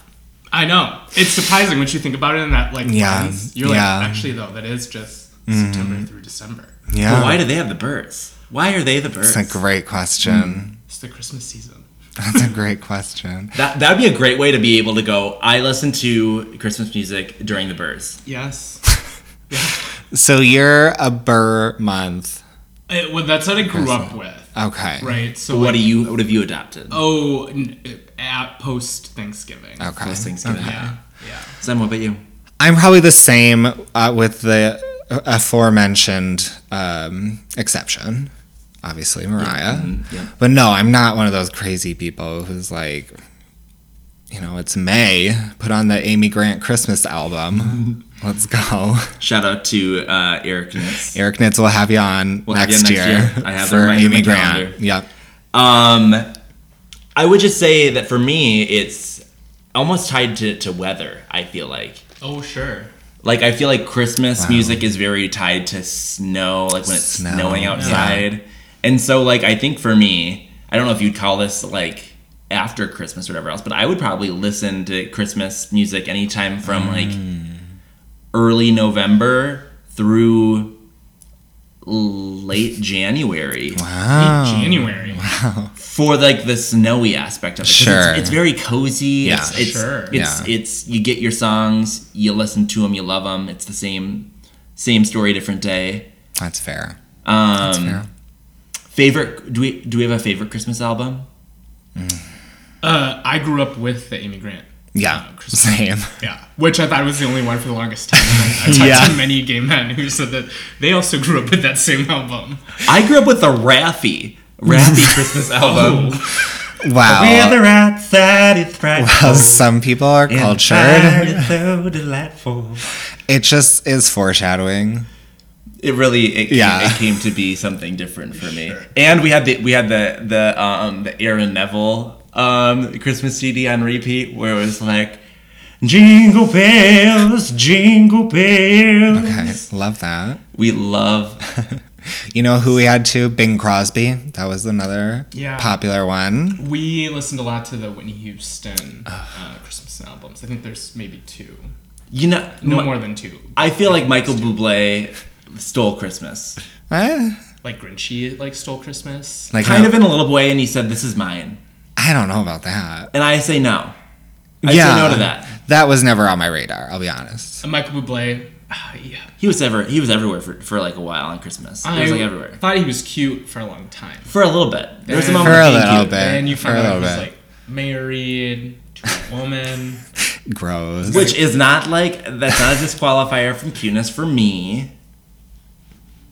Speaker 3: I know. It's surprising once you think about it in that like
Speaker 2: Yeah.
Speaker 3: lens. You're
Speaker 2: Yeah. Mm-hmm.
Speaker 3: like actually though that is just September through December.
Speaker 2: Yeah.
Speaker 1: But why do they have the birds? Why are they the birds?
Speaker 2: That's a great question.
Speaker 3: It's the Christmas season.
Speaker 2: That's a great question.
Speaker 1: That that'd be a great way to be able to go. I listen to Christmas music during the birds.
Speaker 3: Yes. <laughs>
Speaker 2: So you're a burr month.
Speaker 3: It- well, that's what I grew up with,
Speaker 2: Okay.
Speaker 3: right? So
Speaker 1: What
Speaker 3: like,
Speaker 1: do you? What have you adopted?
Speaker 3: Oh, n- at post Thanksgiving.
Speaker 2: Okay.
Speaker 1: Those things. Thanksgiving.
Speaker 3: Yeah. Yeah.
Speaker 1: Sam, what about you?
Speaker 2: I'm probably the same uh, with the aforementioned um, exception, obviously Mariah.
Speaker 1: yeah.
Speaker 2: But no, I'm not one of those crazy people who's like, you know, it's May. Put on the Amy Grant
Speaker 1: <laughs>
Speaker 2: Christmas album. Let's go.
Speaker 1: Shout out to uh, Eric. Nitz.
Speaker 2: Eric Nitz will have you on
Speaker 1: We'll have you
Speaker 2: next,
Speaker 1: next
Speaker 2: year,
Speaker 1: year. I have that
Speaker 2: for
Speaker 1: right in my
Speaker 2: Amy
Speaker 1: calendar.
Speaker 2: Grant. Yep.
Speaker 1: Um, I would just say that for me, it's almost tied to, to weather. I feel like.
Speaker 3: Oh, sure.
Speaker 1: Like I feel like Christmas music is very tied to snow, like when it's
Speaker 2: Snow,
Speaker 1: snowing
Speaker 2: yeah.
Speaker 1: outside. And so like I think for me, I don't know if you'd call this like after Christmas or whatever else, but I would probably listen to Christmas music anytime from
Speaker 2: Mm.
Speaker 1: like early November through late January
Speaker 2: Wow. <laughs>
Speaker 3: January.
Speaker 1: for like the snowy aspect of it. 'Cause
Speaker 2: Sure.
Speaker 1: It's, it's very cozy. It's,
Speaker 2: Yeah.
Speaker 1: it's,
Speaker 3: Sure.
Speaker 1: It's,
Speaker 2: Yeah.
Speaker 1: it's, you get your songs, you listen to them, you love them. It's the same, same story, different day.
Speaker 2: That's fair.
Speaker 1: Um,
Speaker 2: fair.
Speaker 1: favorite, do we, do we have a favorite Christmas album?
Speaker 3: Uh, I grew up with the Amy Grant.
Speaker 2: Yeah, same.
Speaker 3: Yeah, which I thought was the only one for the longest
Speaker 2: <laughs>
Speaker 3: time. And I talked
Speaker 2: Yeah.
Speaker 3: to many gay men who said that they also grew up with that same album.
Speaker 1: I grew up with the Raffy.
Speaker 2: <laughs>
Speaker 1: Raffy Christmas
Speaker 2: Oh.
Speaker 1: album.
Speaker 2: Wow.
Speaker 1: Weather outside is
Speaker 2: Well, <laughs> some people are cultured.
Speaker 1: so delightful.
Speaker 2: It just is foreshadowing.
Speaker 1: It really it came,
Speaker 2: Yeah.
Speaker 1: it came to be something different for me. And we had the we had the the um the Aaron Neville um Christmas CD on repeat where it was like Jingle bells, jingle bells.
Speaker 2: Okay, love that. <laughs>
Speaker 1: We love
Speaker 2: You know who we had too? Bing Crosby. That was another
Speaker 3: Yeah.
Speaker 2: popular one.
Speaker 3: We listened a lot to the Whitney Houston uh, Christmas albums. I think there's maybe two,
Speaker 1: you know
Speaker 3: no
Speaker 1: my-
Speaker 3: more than two.
Speaker 1: I feel like Michael Bublé stole Christmas.
Speaker 2: Eh,
Speaker 3: Like Grinchy, like stole Christmas.
Speaker 2: Like
Speaker 1: Kind
Speaker 2: no-
Speaker 1: of in a little way and he said this is mine.
Speaker 2: I don't know about that.
Speaker 1: And I say no. I
Speaker 2: yeah,
Speaker 1: say no to that.
Speaker 2: That was never on my radar. I'll be honest. <laughs>
Speaker 3: Uh, Michael Bublé. ah, yeah,
Speaker 1: He was ever he was everywhere for, for like a while on Christmas. He
Speaker 3: I
Speaker 1: was like everywhere.
Speaker 3: thought he was cute for a long time.
Speaker 1: For a little bit. There was a
Speaker 3: For
Speaker 1: moment
Speaker 2: a
Speaker 1: of being
Speaker 2: little
Speaker 1: cute,
Speaker 2: bit.
Speaker 3: and you
Speaker 2: for
Speaker 3: find
Speaker 2: a
Speaker 3: out
Speaker 2: little
Speaker 3: he's
Speaker 2: bit.
Speaker 3: like married to a woman. <laughs>
Speaker 2: Gross.
Speaker 1: Which is not like that's not a disqualifier from cuteness for me.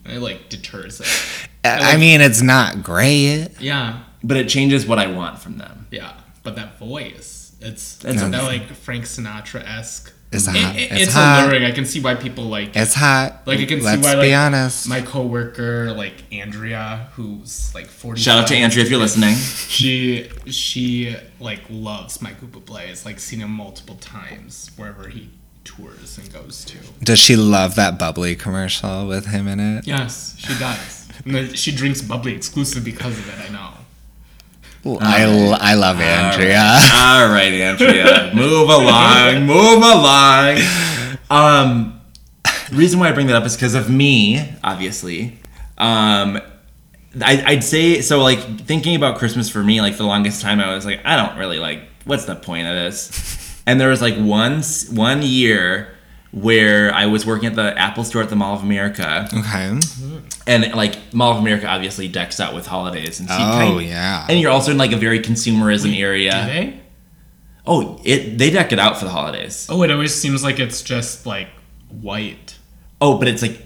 Speaker 3: and it like deters it.
Speaker 2: I mean, it's not great.
Speaker 3: Yeah,
Speaker 1: But it changes what I want from them.
Speaker 3: yeah. But that voice, it's
Speaker 1: That's
Speaker 3: that
Speaker 1: okay.
Speaker 3: like Frank Sinatra esque.
Speaker 2: It's hot.
Speaker 3: it's
Speaker 2: it's, hot.
Speaker 3: alluring. I can see why people like
Speaker 2: It's hot.
Speaker 3: Like, I can see
Speaker 2: Let's
Speaker 3: why,
Speaker 2: be
Speaker 3: like,
Speaker 2: honest.
Speaker 3: my coworker, like Andrea, who's like forty.
Speaker 1: Shout out to Andrea if you're listening.
Speaker 3: She she like loves Michael Bublé. Has like seen him multiple times wherever he tours and goes to.
Speaker 2: Does she love that bubbly commercial with him in it?
Speaker 3: Yes, she does. and then she drinks bubbly exclusively because of it. I know.
Speaker 2: I, l- I love Andrea.
Speaker 1: All right, Andrea. Move along. Move along. Um, reason why I bring that up is because of me, obviously. Um, I, I'd say so. Like thinking about Christmas for me, like for the longest time, I was like, I don't really like. What's the point of this? And there was like one s- one year where I was working at the Apple store at the Mall of America,
Speaker 2: <laughs> Okay.
Speaker 1: and like Mall of America obviously decks out with holidays, and so you
Speaker 2: Oh
Speaker 1: kind-
Speaker 2: yeah.
Speaker 1: and you're also in like a very consumerism area.
Speaker 3: Do they?
Speaker 1: Oh, it they deck it out for the holidays.
Speaker 3: Oh, it always seems like it's just like white.
Speaker 1: Oh, but it's like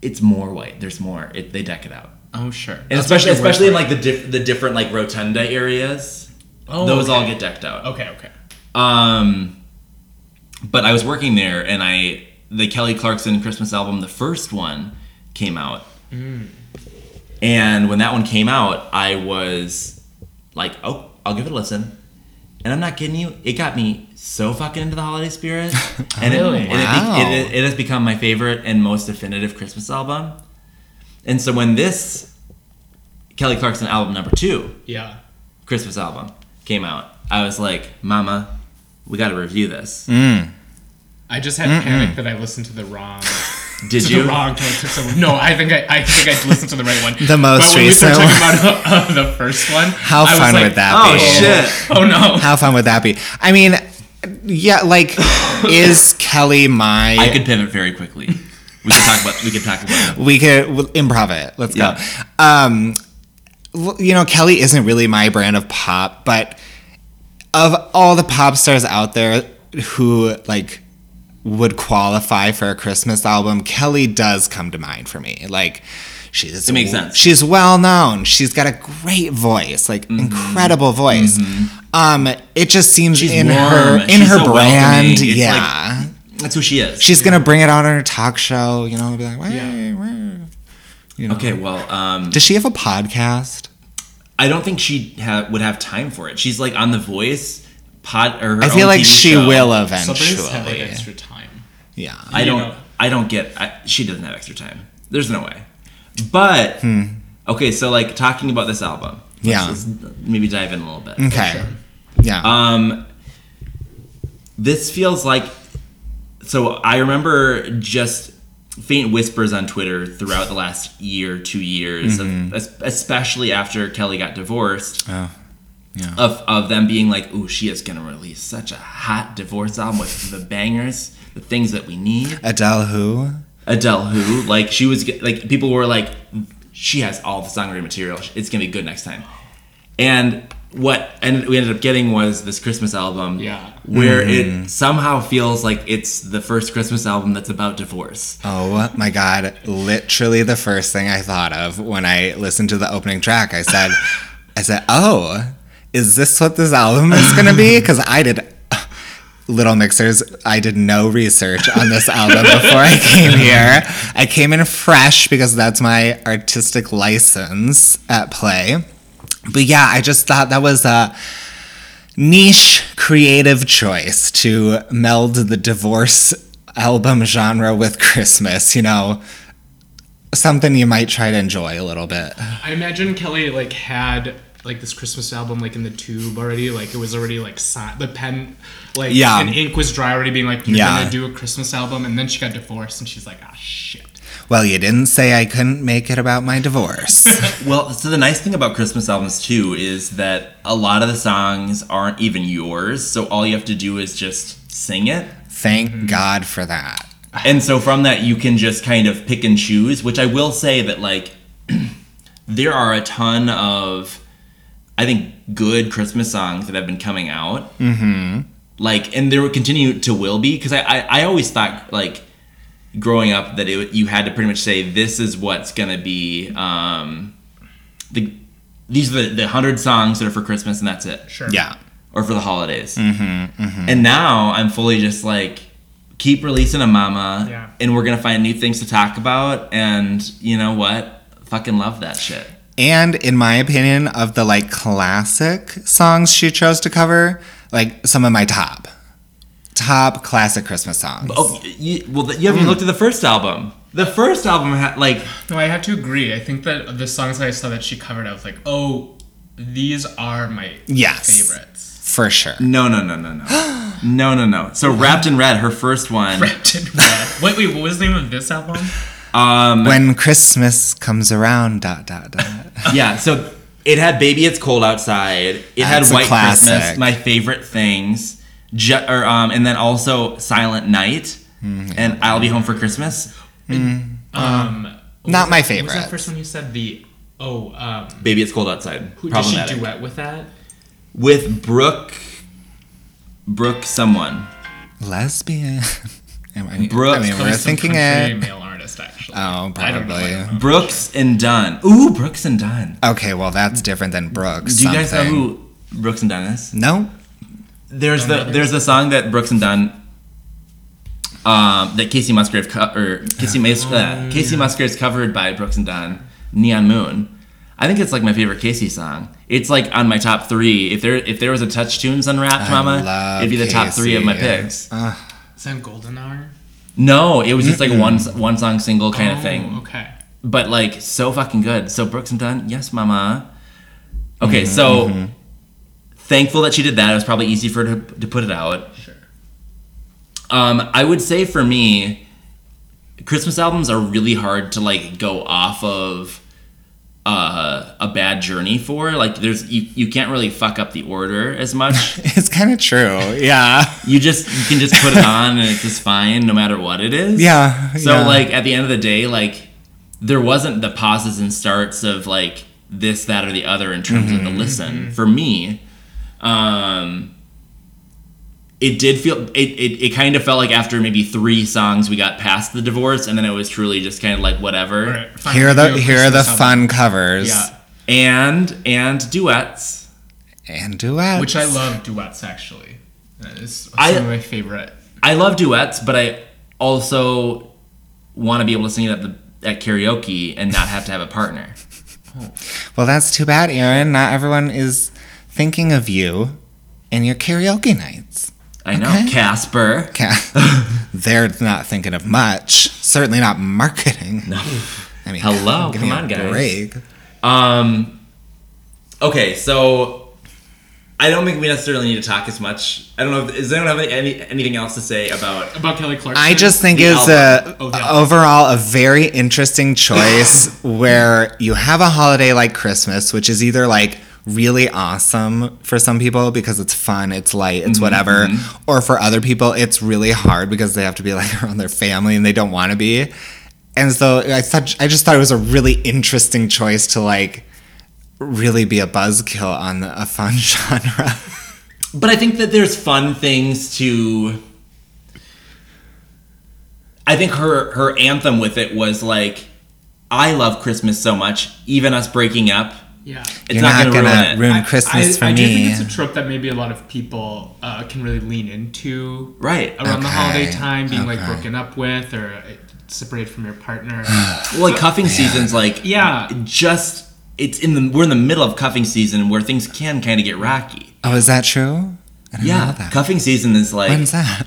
Speaker 1: it's more white. There's more. It, they deck it out,
Speaker 3: Oh sure.
Speaker 1: and especially especially in like the diff, the different like rotunda areas.
Speaker 3: oh,
Speaker 1: those
Speaker 3: okay.
Speaker 1: all get decked out.
Speaker 3: Okay, okay.
Speaker 1: Um, but I was working there, and I the Kelly Clarkson Christmas album, the first one, came out. And when that one came out, I was like, "Oh, I'll give it a listen." And I'm not kidding you; it got me so fucking into the holiday spirit, and, it,
Speaker 3: Really?
Speaker 1: and it be-
Speaker 2: Wow.
Speaker 1: it, it has become my favorite and most definitive Christmas album. And so when this Kelly Clarkson album number two
Speaker 3: Yeah.
Speaker 1: Christmas album came out, I was like, Mama, we got to review this.
Speaker 3: I just had panic that I listened to the wrong
Speaker 1: Did
Speaker 3: to the
Speaker 1: you?
Speaker 3: wrong Taylor Swift song. No, I think I, I think I listened to the right one.
Speaker 2: <laughs> The most
Speaker 3: but when
Speaker 2: recent
Speaker 3: we started talking about uh, the first one,
Speaker 2: How
Speaker 3: I was
Speaker 2: fun
Speaker 3: like,
Speaker 2: would that
Speaker 1: Oh,
Speaker 2: be?
Speaker 1: shit.
Speaker 3: Oh no.
Speaker 2: How fun would that be? I mean, yeah, like, is Kelly my?
Speaker 1: I could pivot very quickly. We could talk about. We could talk about. It.
Speaker 2: we could we'll improv it. Let's
Speaker 1: Yeah.
Speaker 2: go. Um, l- you know, Kelly isn't really my brand of pop, but of all the pop stars out there who like would qualify for a Christmas album, Kelly does come to mind for me. Like she's
Speaker 1: It makes sense.
Speaker 2: She's well known. She's got a great voice, like
Speaker 1: Mm-hmm.
Speaker 2: incredible voice. Um, it just seems
Speaker 1: She's
Speaker 2: in
Speaker 1: warm.
Speaker 2: her in
Speaker 1: She's
Speaker 2: her
Speaker 1: so welcoming.
Speaker 2: brand,
Speaker 1: It's like-
Speaker 2: yeah.
Speaker 1: That's who she is.
Speaker 2: She's gonna bring it out on her talk show, you know, and be like, "Wah,
Speaker 3: Yeah.
Speaker 2: wah."
Speaker 1: okay. Well, um,
Speaker 2: Does she have a podcast?
Speaker 1: I don't think she ha- would have time for it. She's like on the Voice pod or. Her
Speaker 2: I feel
Speaker 1: own
Speaker 2: like
Speaker 1: TV
Speaker 2: she
Speaker 1: show.
Speaker 2: will
Speaker 3: Somebody's had like
Speaker 2: eventually.
Speaker 3: extra time.
Speaker 2: Yeah.
Speaker 1: I
Speaker 3: You
Speaker 1: don't.
Speaker 3: know.
Speaker 1: I don't get. I, she doesn't have extra time. There's no way. But okay, so like talking about this album. let's-
Speaker 2: Yeah.
Speaker 1: let's maybe dive in a little bit.
Speaker 2: okay. Yeah.
Speaker 1: Um, this feels like. So I remember just faint whispers on Twitter throughout the last year, two years, of, es- especially after Kelly got divorced.
Speaker 2: Mm-hmm. Oh, yeah.
Speaker 1: Of, of them being like, ooh, she is going to release such a hot divorce album with the bangers, the things that we need.
Speaker 2: Adele who?
Speaker 1: Adele, who, like, she was, ge- like, people were like, she has all the songwriting material. It's going to be good next time. And what ended, we ended up getting was this Christmas album.
Speaker 3: Yeah.
Speaker 1: Where it somehow feels like it's the first Christmas album that's about divorce.
Speaker 2: Oh my God. Literally the first thing I thought of when I listened to the opening track, I said, I said, oh, is this what this album is going to be? Because I did. Little Mixers, I did no research on this album before I came here. I came in fresh because that's my artistic license at play. But yeah, I just thought that was uh, a niche creative choice to meld the divorce album genre with Christmas, you know. Something you might try to enjoy a little bit.
Speaker 3: I imagine Kelly like had like this Christmas album like in the tube already. Like it was already like signed. The pen, like
Speaker 2: Yeah.
Speaker 3: and ink was dry already. Being like, you're
Speaker 2: Yeah.
Speaker 3: gonna do a Christmas album, and then she got divorced, and she's like, ah, shit.
Speaker 2: Well, you didn't say I couldn't make it about my divorce.
Speaker 1: Well, so the nice thing about Christmas albums too is that a lot of the songs aren't even yours, so all you have to do is just sing it.
Speaker 2: Thank God for that.
Speaker 1: And so from that you can just kind of pick and choose, which I will say that like <clears throat> there are a ton of I think good Christmas songs that have been coming out. Mm-hmm. Like and there will continue to will be because I, I I always thought like growing up that it you had to pretty much say this is what's gonna be um the these are the, the hundred songs that are for Christmas and that's it
Speaker 3: Sure.
Speaker 2: Yeah.
Speaker 1: or for the holidays.
Speaker 2: Mm-hmm,
Speaker 1: And now I'm fully just like, keep releasing a mama,
Speaker 3: Yeah.
Speaker 1: and we're gonna find new things to talk about. And you know what? Fucking love that shit.
Speaker 2: And in my opinion, of the like classic songs she chose to cover, like some of my top, top classic Christmas songs.
Speaker 1: Oh, you, well, you
Speaker 2: Mm.
Speaker 1: haven't even looked at the first album. The first album had like,
Speaker 3: No, I have to agree. I think that of the songs that I saw that she covered, I was like, oh, these are my
Speaker 2: Yes.
Speaker 3: favorites.
Speaker 2: For sure.
Speaker 1: no, no, no, no,
Speaker 2: <gasps>
Speaker 1: no, no, no, no. So wrapped in red, her first one.
Speaker 3: Wrapped in Red.
Speaker 2: <laughs>
Speaker 3: Wait, wait, what was the name of this album?
Speaker 1: Um,
Speaker 2: When Christmas comes around, dot, dot, dot.
Speaker 1: <laughs>
Speaker 2: <laughs>
Speaker 1: yeah. So it had baby, it's cold outside. It
Speaker 2: That's
Speaker 1: had
Speaker 2: a
Speaker 1: white Christmas,
Speaker 2: classic.
Speaker 1: my favorite things. Ju- or, um, and then also silent night,
Speaker 2: Mm-hmm.
Speaker 1: and I'll be home for Christmas.
Speaker 3: Um, what
Speaker 2: Not
Speaker 3: was
Speaker 2: my
Speaker 3: that- What was
Speaker 2: favorite.
Speaker 3: that first one you said? The oh, um,
Speaker 1: Baby, it's cold outside.
Speaker 3: who did she
Speaker 1: Problematic.
Speaker 3: duet with that?
Speaker 1: With Brooke, Brooke someone.
Speaker 2: Lesbian. <laughs> Am I, I
Speaker 1: Brooks.
Speaker 2: mean,
Speaker 3: Probably
Speaker 2: we're
Speaker 3: some
Speaker 2: thinking
Speaker 3: country
Speaker 2: it.
Speaker 3: Male artist, actually.
Speaker 2: Oh,
Speaker 3: I don't know.
Speaker 2: probably.
Speaker 1: Brooks and Dunn. Ooh, Brooks and Dunn.
Speaker 2: Okay, well, that's different than Brooks.
Speaker 1: Do you guys know
Speaker 2: something.
Speaker 1: who Brooks and Dunn is?
Speaker 2: No?
Speaker 1: There's the there's the song that Brooks and Dunn. Um, that Casey Musgrave co- or Casey Mas-
Speaker 3: Oh,
Speaker 1: uh, Casey Musgrave's covered by Brooks and Dunn, Neon Moon. I think it's like my favorite Casey song. It's like on my top three. If there if there was a touch tunes unwrapped, Mama,
Speaker 2: love
Speaker 1: it'd be the top three of my
Speaker 2: Casey.
Speaker 1: picks.
Speaker 3: Is that Golden Hour?
Speaker 1: No, it was just like one one song single kind
Speaker 3: Oh,
Speaker 1: of thing.
Speaker 3: Okay.
Speaker 1: but like so fucking good. So Brooks and Dunn, yes, mama. Okay, so thankful that she did that. It was probably easy for her to, to put it out.
Speaker 3: Sure.
Speaker 1: Um, I would say for me, Christmas albums are really hard to like go off of uh, a bad journey for. Like, there's you you can't really fuck up the order as
Speaker 2: <laughs>
Speaker 1: much.
Speaker 2: It's kind
Speaker 1: <laughs>
Speaker 2: of true. Yeah.
Speaker 1: you just you can just put it on and it's just fine no matter what it is.
Speaker 2: Yeah.
Speaker 1: So
Speaker 2: yeah.
Speaker 1: like at the end of the day, like there wasn't the pauses and starts of like this, that, or the other in terms of
Speaker 2: Mm-hmm.
Speaker 1: the listen. For me, um it did feel it, it it kind of felt like after maybe three songs we got past the divorce and then it was truly just kind of like whatever.
Speaker 3: All right, fine,
Speaker 2: Here are the
Speaker 3: do a
Speaker 2: here are the
Speaker 3: Christmas
Speaker 2: fun
Speaker 3: album.
Speaker 2: covers
Speaker 3: Yeah,
Speaker 1: And and duets.
Speaker 2: and duets,
Speaker 3: which I love duets actually. That is
Speaker 1: I-
Speaker 3: some of my favorite.
Speaker 1: I love duets, but I also want to be able to sing it at the at karaoke and not have to have a partner.
Speaker 2: Well, that's too bad, Aaron. Not everyone is thinking of you in your karaoke nights.
Speaker 1: I know.
Speaker 2: Okay.
Speaker 1: Casper.
Speaker 2: Okay.
Speaker 1: <laughs>
Speaker 2: <laughs> They're not thinking of much. Certainly not marketing. No. I mean,
Speaker 1: Hello,
Speaker 2: give me
Speaker 1: come
Speaker 2: a
Speaker 1: on, guys.
Speaker 2: break.
Speaker 1: Um. Okay, so I don't think we necessarily need to talk as much. I don't know. If, does anyone have any, anything else to say about?
Speaker 3: About Kelly Clarkson.
Speaker 2: I just think
Speaker 1: The
Speaker 2: it's a,
Speaker 3: Oh, yeah.
Speaker 2: overall a very interesting choice where you have a holiday like Christmas, which is either like really awesome for some people because it's fun, it's light, it's whatever, or for other people it's really hard because they have to be like <laughs> around their family and they don't want to be. And so I thought I just thought it was a really interesting choice to like really be a buzzkill on the, a fun <laughs> genre.
Speaker 1: But I think that there's fun things to. I think her her anthem with it was like, "I love Christmas so much, even us breaking up,
Speaker 3: Yeah.
Speaker 1: it's
Speaker 2: You're
Speaker 1: not,
Speaker 2: not
Speaker 1: gonna,
Speaker 2: gonna
Speaker 1: ruin it."
Speaker 2: ruin
Speaker 3: I-
Speaker 2: Christmas
Speaker 3: I,
Speaker 2: for
Speaker 3: I do
Speaker 2: me.
Speaker 3: think it's a trope that maybe a lot of people uh, can really lean into
Speaker 1: right.
Speaker 3: around the
Speaker 2: Okay,
Speaker 3: holiday time, being like
Speaker 2: okay.
Speaker 3: broken up with or uh, separated from
Speaker 1: <sighs>
Speaker 3: your partner.
Speaker 1: Well, like cuffing season's like
Speaker 3: yeah.
Speaker 1: just it's in the we're in the middle of cuffing season where things can kind of get rocky.
Speaker 2: oh, is that true? I don't know
Speaker 1: Yeah,
Speaker 2: that.
Speaker 1: cuffing season is like
Speaker 2: When's that?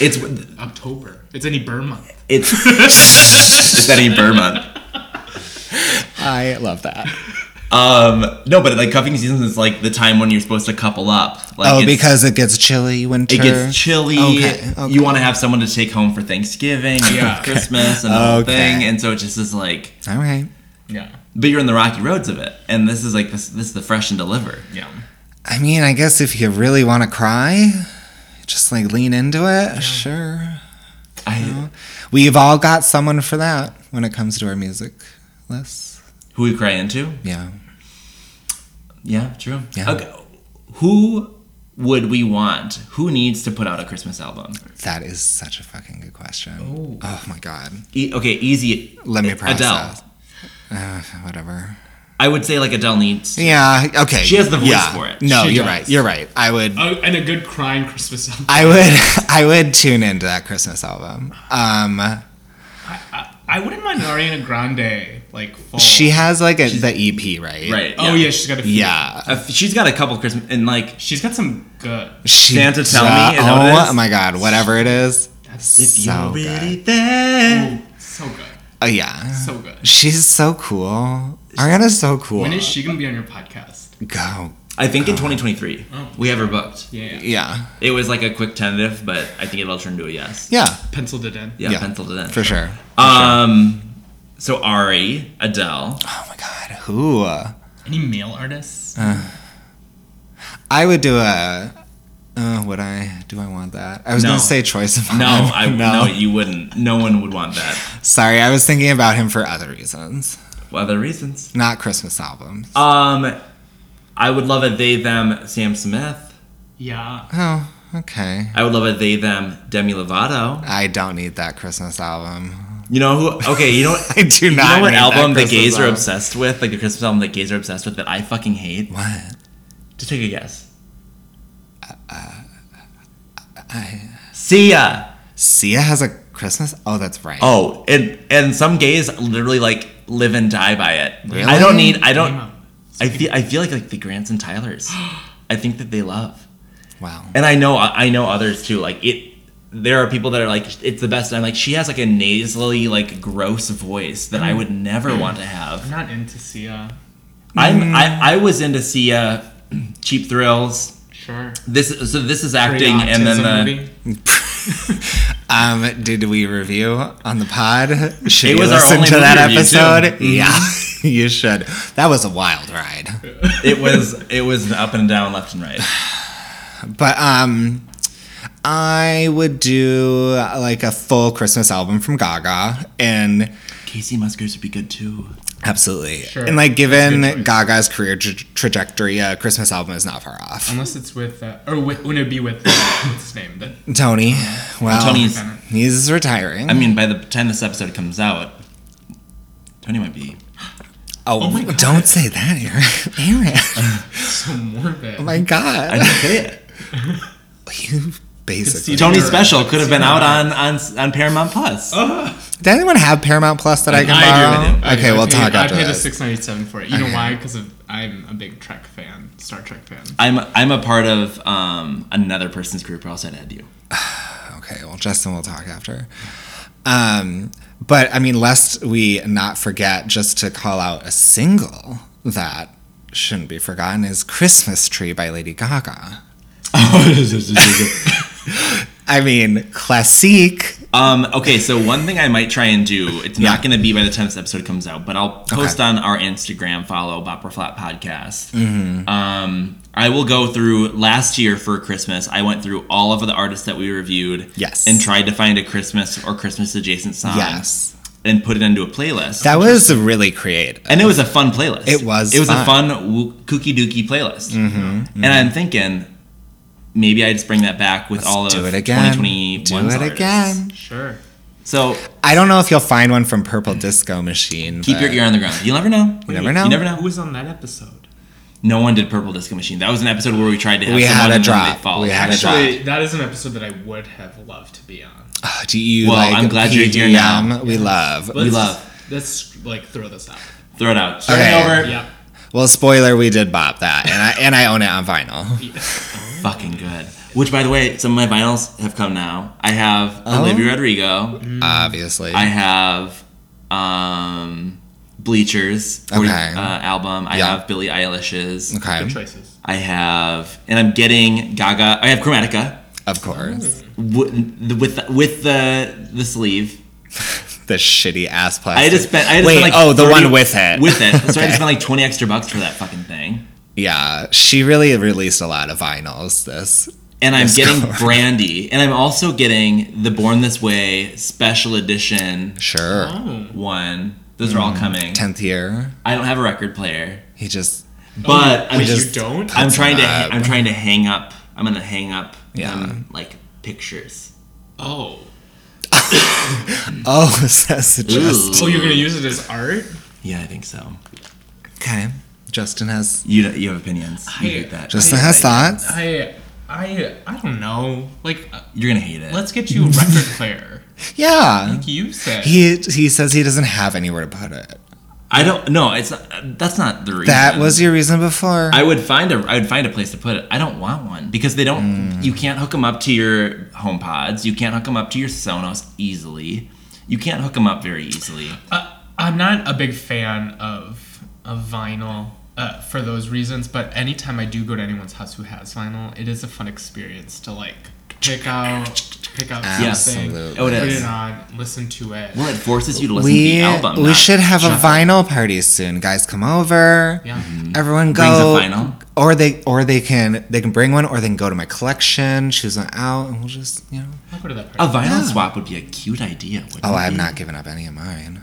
Speaker 1: it's
Speaker 3: October. It's any burn month. <laughs>
Speaker 1: it's is that any Burr month?
Speaker 2: I love that.
Speaker 1: Um, no, but like cuffing season is like the time when you're supposed to couple up. Like
Speaker 2: oh,
Speaker 1: it's-
Speaker 2: because it gets chilly winter.
Speaker 1: it gets chilly.
Speaker 2: Okay, okay.
Speaker 1: You want to have someone to take home for Thanksgiving and
Speaker 3: Yeah.
Speaker 1: for Christmas and the whole
Speaker 2: Okay.
Speaker 1: thing, and so it just is like.
Speaker 2: All right.
Speaker 3: Yeah.
Speaker 1: But you're in the rocky roads of it, and this is like this. This is the fresh and deliver.
Speaker 3: Yeah.
Speaker 2: I mean, I guess if you really want to cry, just like lean into it. Sure. Oh.
Speaker 1: I,
Speaker 2: We've all got someone for that when it comes to our music lists.
Speaker 1: who we cry into?
Speaker 2: Yeah.
Speaker 1: Yeah, true.
Speaker 2: Yeah.
Speaker 1: Okay. Who would we want? Who needs to put out a Christmas album?
Speaker 2: That is such a fucking good question.
Speaker 3: Oh.
Speaker 2: Oh my god.
Speaker 1: E- okay, easy.
Speaker 2: Let me
Speaker 1: Adele.
Speaker 2: process. Uh, whatever.
Speaker 1: I would say like Adele needs.
Speaker 2: Yeah. Okay.
Speaker 1: She has the voice
Speaker 2: Yeah.
Speaker 1: for it.
Speaker 2: No,
Speaker 3: She
Speaker 2: you're
Speaker 3: does.
Speaker 2: right. You're right. I would.
Speaker 3: Oh, and a good crying Christmas album.
Speaker 2: I would. <laughs> I would tune into that Christmas album.
Speaker 1: Oh.
Speaker 2: Um,
Speaker 3: I, I, I wouldn't mind Ariana Grande like full.
Speaker 2: she has like a, the EP, right?
Speaker 1: Right.
Speaker 3: Oh yeah, she's got a. few-
Speaker 2: Yeah.
Speaker 1: Uh, she's got a couple Christmas and like
Speaker 3: She's got some good.
Speaker 2: She
Speaker 1: Santa Tell Me
Speaker 2: does-
Speaker 1: is how it
Speaker 2: oh
Speaker 1: is?
Speaker 2: my god! Whatever it is.
Speaker 3: That's
Speaker 1: if
Speaker 2: So
Speaker 1: you're really
Speaker 2: good.
Speaker 1: there.
Speaker 3: oh, so good.
Speaker 2: Oh yeah.
Speaker 3: So good.
Speaker 2: She's so cool. Ariana's so cool.
Speaker 3: When is she gonna be on your podcast?
Speaker 2: Go.
Speaker 1: I think in 2023
Speaker 2: Oh.
Speaker 1: we have her booked.
Speaker 3: Yeah.
Speaker 2: Yeah.
Speaker 1: It was like a quick tentative, but I think it'll turn to a yes.
Speaker 2: Yeah.
Speaker 3: Penciled it in.
Speaker 1: Yeah,
Speaker 2: Yeah.
Speaker 1: penciled it in.
Speaker 2: For sure.
Speaker 1: Um, so Ari,
Speaker 2: <laughs>
Speaker 1: Adele.
Speaker 2: Oh my god. Who?
Speaker 3: Any male artists?
Speaker 1: Uh,
Speaker 2: I would do a. Uh, would I? Do I want that? I was
Speaker 1: No.
Speaker 2: gonna say choice of
Speaker 1: No, I no. you wouldn't. No one would want that.
Speaker 2: Sorry, I was thinking about him for other reasons,
Speaker 1: For other reasons.
Speaker 2: not Christmas albums.
Speaker 1: Um, I would love a they them Sam Smith.
Speaker 3: yeah.
Speaker 2: Oh, okay.
Speaker 1: I would love a they them Demi Lovato.
Speaker 2: I don't need that Christmas album.
Speaker 1: You know who? Okay,
Speaker 2: <laughs>
Speaker 1: you know. what-
Speaker 2: I do
Speaker 1: You
Speaker 2: not.
Speaker 1: know what
Speaker 2: need that
Speaker 1: album the
Speaker 2: Christmas
Speaker 1: gays are
Speaker 2: album.
Speaker 1: obsessed with? Like the Christmas album the gays are obsessed with that I fucking hate.
Speaker 2: What?
Speaker 1: Just take a guess.
Speaker 2: I,
Speaker 1: Sia.
Speaker 2: Sia has a Christmas. Oh, that's right.
Speaker 1: Oh, and and some gays literally like live and die by it.
Speaker 2: Really?
Speaker 1: I don't need. I
Speaker 3: Name
Speaker 1: don't.
Speaker 3: 'em.
Speaker 1: I feel. I feel like like the Grants and Tylers. <gasps> I think that they love,
Speaker 2: wow. <laughs>
Speaker 1: and I know. I know others too. Like it. There are people that are like, it's the best. And I'm like, she has like a nasally, like gross voice that I would
Speaker 3: Mm.
Speaker 1: never want to
Speaker 3: I'm
Speaker 1: have.
Speaker 3: not into Sia.
Speaker 1: I'm. I, I was into Sia, Cheap Thrills.
Speaker 3: Sure.
Speaker 1: This. So this is
Speaker 3: Great
Speaker 1: acting, and then
Speaker 3: autism
Speaker 1: the.
Speaker 3: movie.
Speaker 2: um, did we review on the pod? Should
Speaker 1: It
Speaker 2: you
Speaker 1: was our
Speaker 2: listen
Speaker 1: only
Speaker 2: to that
Speaker 1: movie Mm-hmm. review,
Speaker 2: episode?
Speaker 1: too.
Speaker 2: Yeah, <laughs> you should. That was a wild ride.
Speaker 1: It was. It was an up and down, left and right.
Speaker 2: But um I would do uh, like a full Christmas album from Gaga and
Speaker 1: Casey Musgraves would be good too.
Speaker 2: absolutely.
Speaker 3: Sure.
Speaker 2: And like
Speaker 3: That's a
Speaker 2: given
Speaker 3: good choice.
Speaker 2: Gaga's career tra- trajectory, a Christmas album is not far off.
Speaker 3: Unless it's with, uh, or with, wouldn't it be with, uh, what's his name? The,
Speaker 1: <sighs>
Speaker 2: Tony, well,
Speaker 1: Tony's-
Speaker 2: he's retiring.
Speaker 1: I mean, by the time this episode comes out, Tony might be.
Speaker 2: oh,
Speaker 3: my God.
Speaker 2: don't say that, Aaron. <laughs> Aaron.
Speaker 3: so morbid.
Speaker 2: oh my
Speaker 1: I
Speaker 2: god.
Speaker 1: didn't <laughs> say it.
Speaker 2: <laughs> you basically.
Speaker 3: Don't-
Speaker 1: Tony's
Speaker 3: Sure.
Speaker 1: special could have been
Speaker 3: Yeah.
Speaker 1: out on on on Paramount Plus.
Speaker 2: Does anyone have Paramount Plus that I, can
Speaker 1: I
Speaker 2: borrow?
Speaker 1: do,
Speaker 2: Okay,
Speaker 3: I
Speaker 2: we'll
Speaker 3: paid,
Speaker 2: talk
Speaker 3: I
Speaker 2: after
Speaker 3: paid a
Speaker 2: this.
Speaker 3: six ninety seven for it. You
Speaker 2: Okay.
Speaker 3: know why? Because I'm a big Trek fan, Star Trek fan.
Speaker 1: I'm I'm a part of um, another person's group. Or else I'd add you.
Speaker 2: Okay, well, Justin will talk after. Um, but I mean, lest we not forget, just to call out a single that shouldn't be forgotten is Christmas Tree by Lady Gaga. <laughs> I mean, classique.
Speaker 1: um, okay, so one thing I might try and do. It's
Speaker 2: Yeah.
Speaker 1: not going to be by the time this episode comes out, but I'll post on our Instagram follow Bopper Flat Podcast.
Speaker 2: Mm-hmm.
Speaker 1: Um, I will go through last year for Christmas. I went through all of the artists that we reviewed.
Speaker 2: Yes.
Speaker 1: Uh-huh. And tried to find a Christmas or Christmas adjacent song.
Speaker 2: Yes.
Speaker 1: and put it into a playlist.
Speaker 2: That was really creative.
Speaker 1: and it was a fun playlist.
Speaker 2: It was
Speaker 1: It was a
Speaker 2: fun. Mm-hmm.
Speaker 1: fun woo- kooky dookie playlist. And I'm thinking, maybe I just bring that back with all of
Speaker 2: do it again.
Speaker 1: 2021's
Speaker 2: Do it
Speaker 1: artists.
Speaker 2: again.
Speaker 3: Sure.
Speaker 1: So
Speaker 2: I don't know if you'll find one from Purple Disco Machine.
Speaker 1: keep your
Speaker 2: but-
Speaker 1: ear on the ground. You'll never know.
Speaker 2: You never know.
Speaker 1: You never know.
Speaker 3: Who was on that episode?
Speaker 1: No one did Purple Disco Machine. That was an episode where we tried to have
Speaker 2: We
Speaker 1: someone
Speaker 2: had a
Speaker 1: and then they
Speaker 2: drop.
Speaker 1: followed.
Speaker 2: We had a drop.
Speaker 3: Actually, that is an episode that I would have loved to be on.
Speaker 2: Oh, <sighs> do you
Speaker 1: Well,
Speaker 2: like
Speaker 1: I'm glad you're here
Speaker 2: PDM?
Speaker 1: now.
Speaker 2: We love.
Speaker 3: Let's
Speaker 2: We love.
Speaker 1: love.
Speaker 3: Let's like throw this out.
Speaker 1: Throw it out. Turn
Speaker 2: Okay.
Speaker 1: it over.
Speaker 3: Yeah.
Speaker 2: Well, spoiler, we did bop that, and I and I own it on vinyl.
Speaker 1: Fucking good. Which, by the way, some of my vinyls have come now. I have
Speaker 2: Oh.
Speaker 1: Olivia Rodrigo.
Speaker 2: Mm-hmm. Obviously,
Speaker 1: Mm. I have um, Bleachers or,
Speaker 2: Okay.
Speaker 1: uh, album. I
Speaker 2: Yeah.
Speaker 1: have Billie Eilish's.
Speaker 2: okay,
Speaker 3: Good choices.
Speaker 1: I have, and I'm getting Gaga. I have Chromatica
Speaker 2: of course.
Speaker 1: with with the, with the, the sleeve.
Speaker 2: The shitty ass plastic.
Speaker 1: I just spent. I just
Speaker 2: Wait,
Speaker 1: spent like
Speaker 2: oh, the
Speaker 1: 30
Speaker 2: one with it.
Speaker 1: With it. So I
Speaker 2: Okay.
Speaker 1: just spent like twenty extra bucks for that fucking thing.
Speaker 2: yeah, she really released a lot of vinyls. This
Speaker 1: And I'm
Speaker 2: Let's
Speaker 1: getting
Speaker 2: go.
Speaker 1: Brandy, and I'm also getting the Born This Way special edition
Speaker 2: sure
Speaker 3: Oh.
Speaker 1: one. Those are
Speaker 2: Mm.
Speaker 1: all coming.
Speaker 2: tenth year.
Speaker 1: I don't have a record player,
Speaker 2: He just
Speaker 1: but I'm
Speaker 3: Wait,
Speaker 1: Oh, just
Speaker 2: just-
Speaker 3: you don't?
Speaker 1: I'm
Speaker 2: That's
Speaker 1: trying to
Speaker 2: bad.
Speaker 1: I'm trying to hang up. I'm gonna hang up
Speaker 2: Yeah.
Speaker 1: um, like pictures.
Speaker 3: oh.
Speaker 2: oh <laughs> says just
Speaker 3: So Oh, you're gonna use it as art?
Speaker 1: Yeah, I think so.
Speaker 2: okay. Justin has
Speaker 1: You you have opinions. You
Speaker 3: I-
Speaker 1: hate that.
Speaker 2: Justin
Speaker 1: You hate
Speaker 2: has
Speaker 1: that.
Speaker 2: thoughts.
Speaker 3: I I I don't know. Like, uh,
Speaker 1: You're gonna hate it.
Speaker 3: let's get you a record player.
Speaker 2: Yeah,
Speaker 3: You said.
Speaker 2: he he says he doesn't have anywhere to put it.
Speaker 1: Mm-hmm. I don't. No, it's not, that's not the reason.
Speaker 2: That was your reason before.
Speaker 1: I would find a I would find a place to put it. I don't want one because they don't.
Speaker 2: Mm.
Speaker 1: You can't hook them up to your home pods. You can't hook them up to your Sonos easily. You can't hook them up very easily.
Speaker 3: Uh, I'm not a big fan of of vinyl uh, for those reasons, but anytime I do go to anyone's house who has vinyl, it is a fun experience to like pick out pick out something,
Speaker 2: Absolutely.
Speaker 1: Oh, it
Speaker 3: put
Speaker 1: is.
Speaker 3: it on, listen to it.
Speaker 1: Well, it forces you to listen to
Speaker 2: we
Speaker 1: the album.
Speaker 2: we
Speaker 1: not
Speaker 2: should have a
Speaker 1: just-
Speaker 2: vinyl party soon. Guys, come over.
Speaker 3: Yeah.
Speaker 2: Everyone
Speaker 1: Brings a
Speaker 2: go.
Speaker 1: vinyl?
Speaker 2: Or they or they can they can bring one or they can go to my collection, choose one out, and we'll just you know.
Speaker 3: I'll go to that
Speaker 1: A
Speaker 3: party.
Speaker 1: vinyl
Speaker 2: Yeah.
Speaker 1: swap would be a cute idea. wouldn't
Speaker 2: Oh, I've
Speaker 1: it?
Speaker 2: not given up any of mine.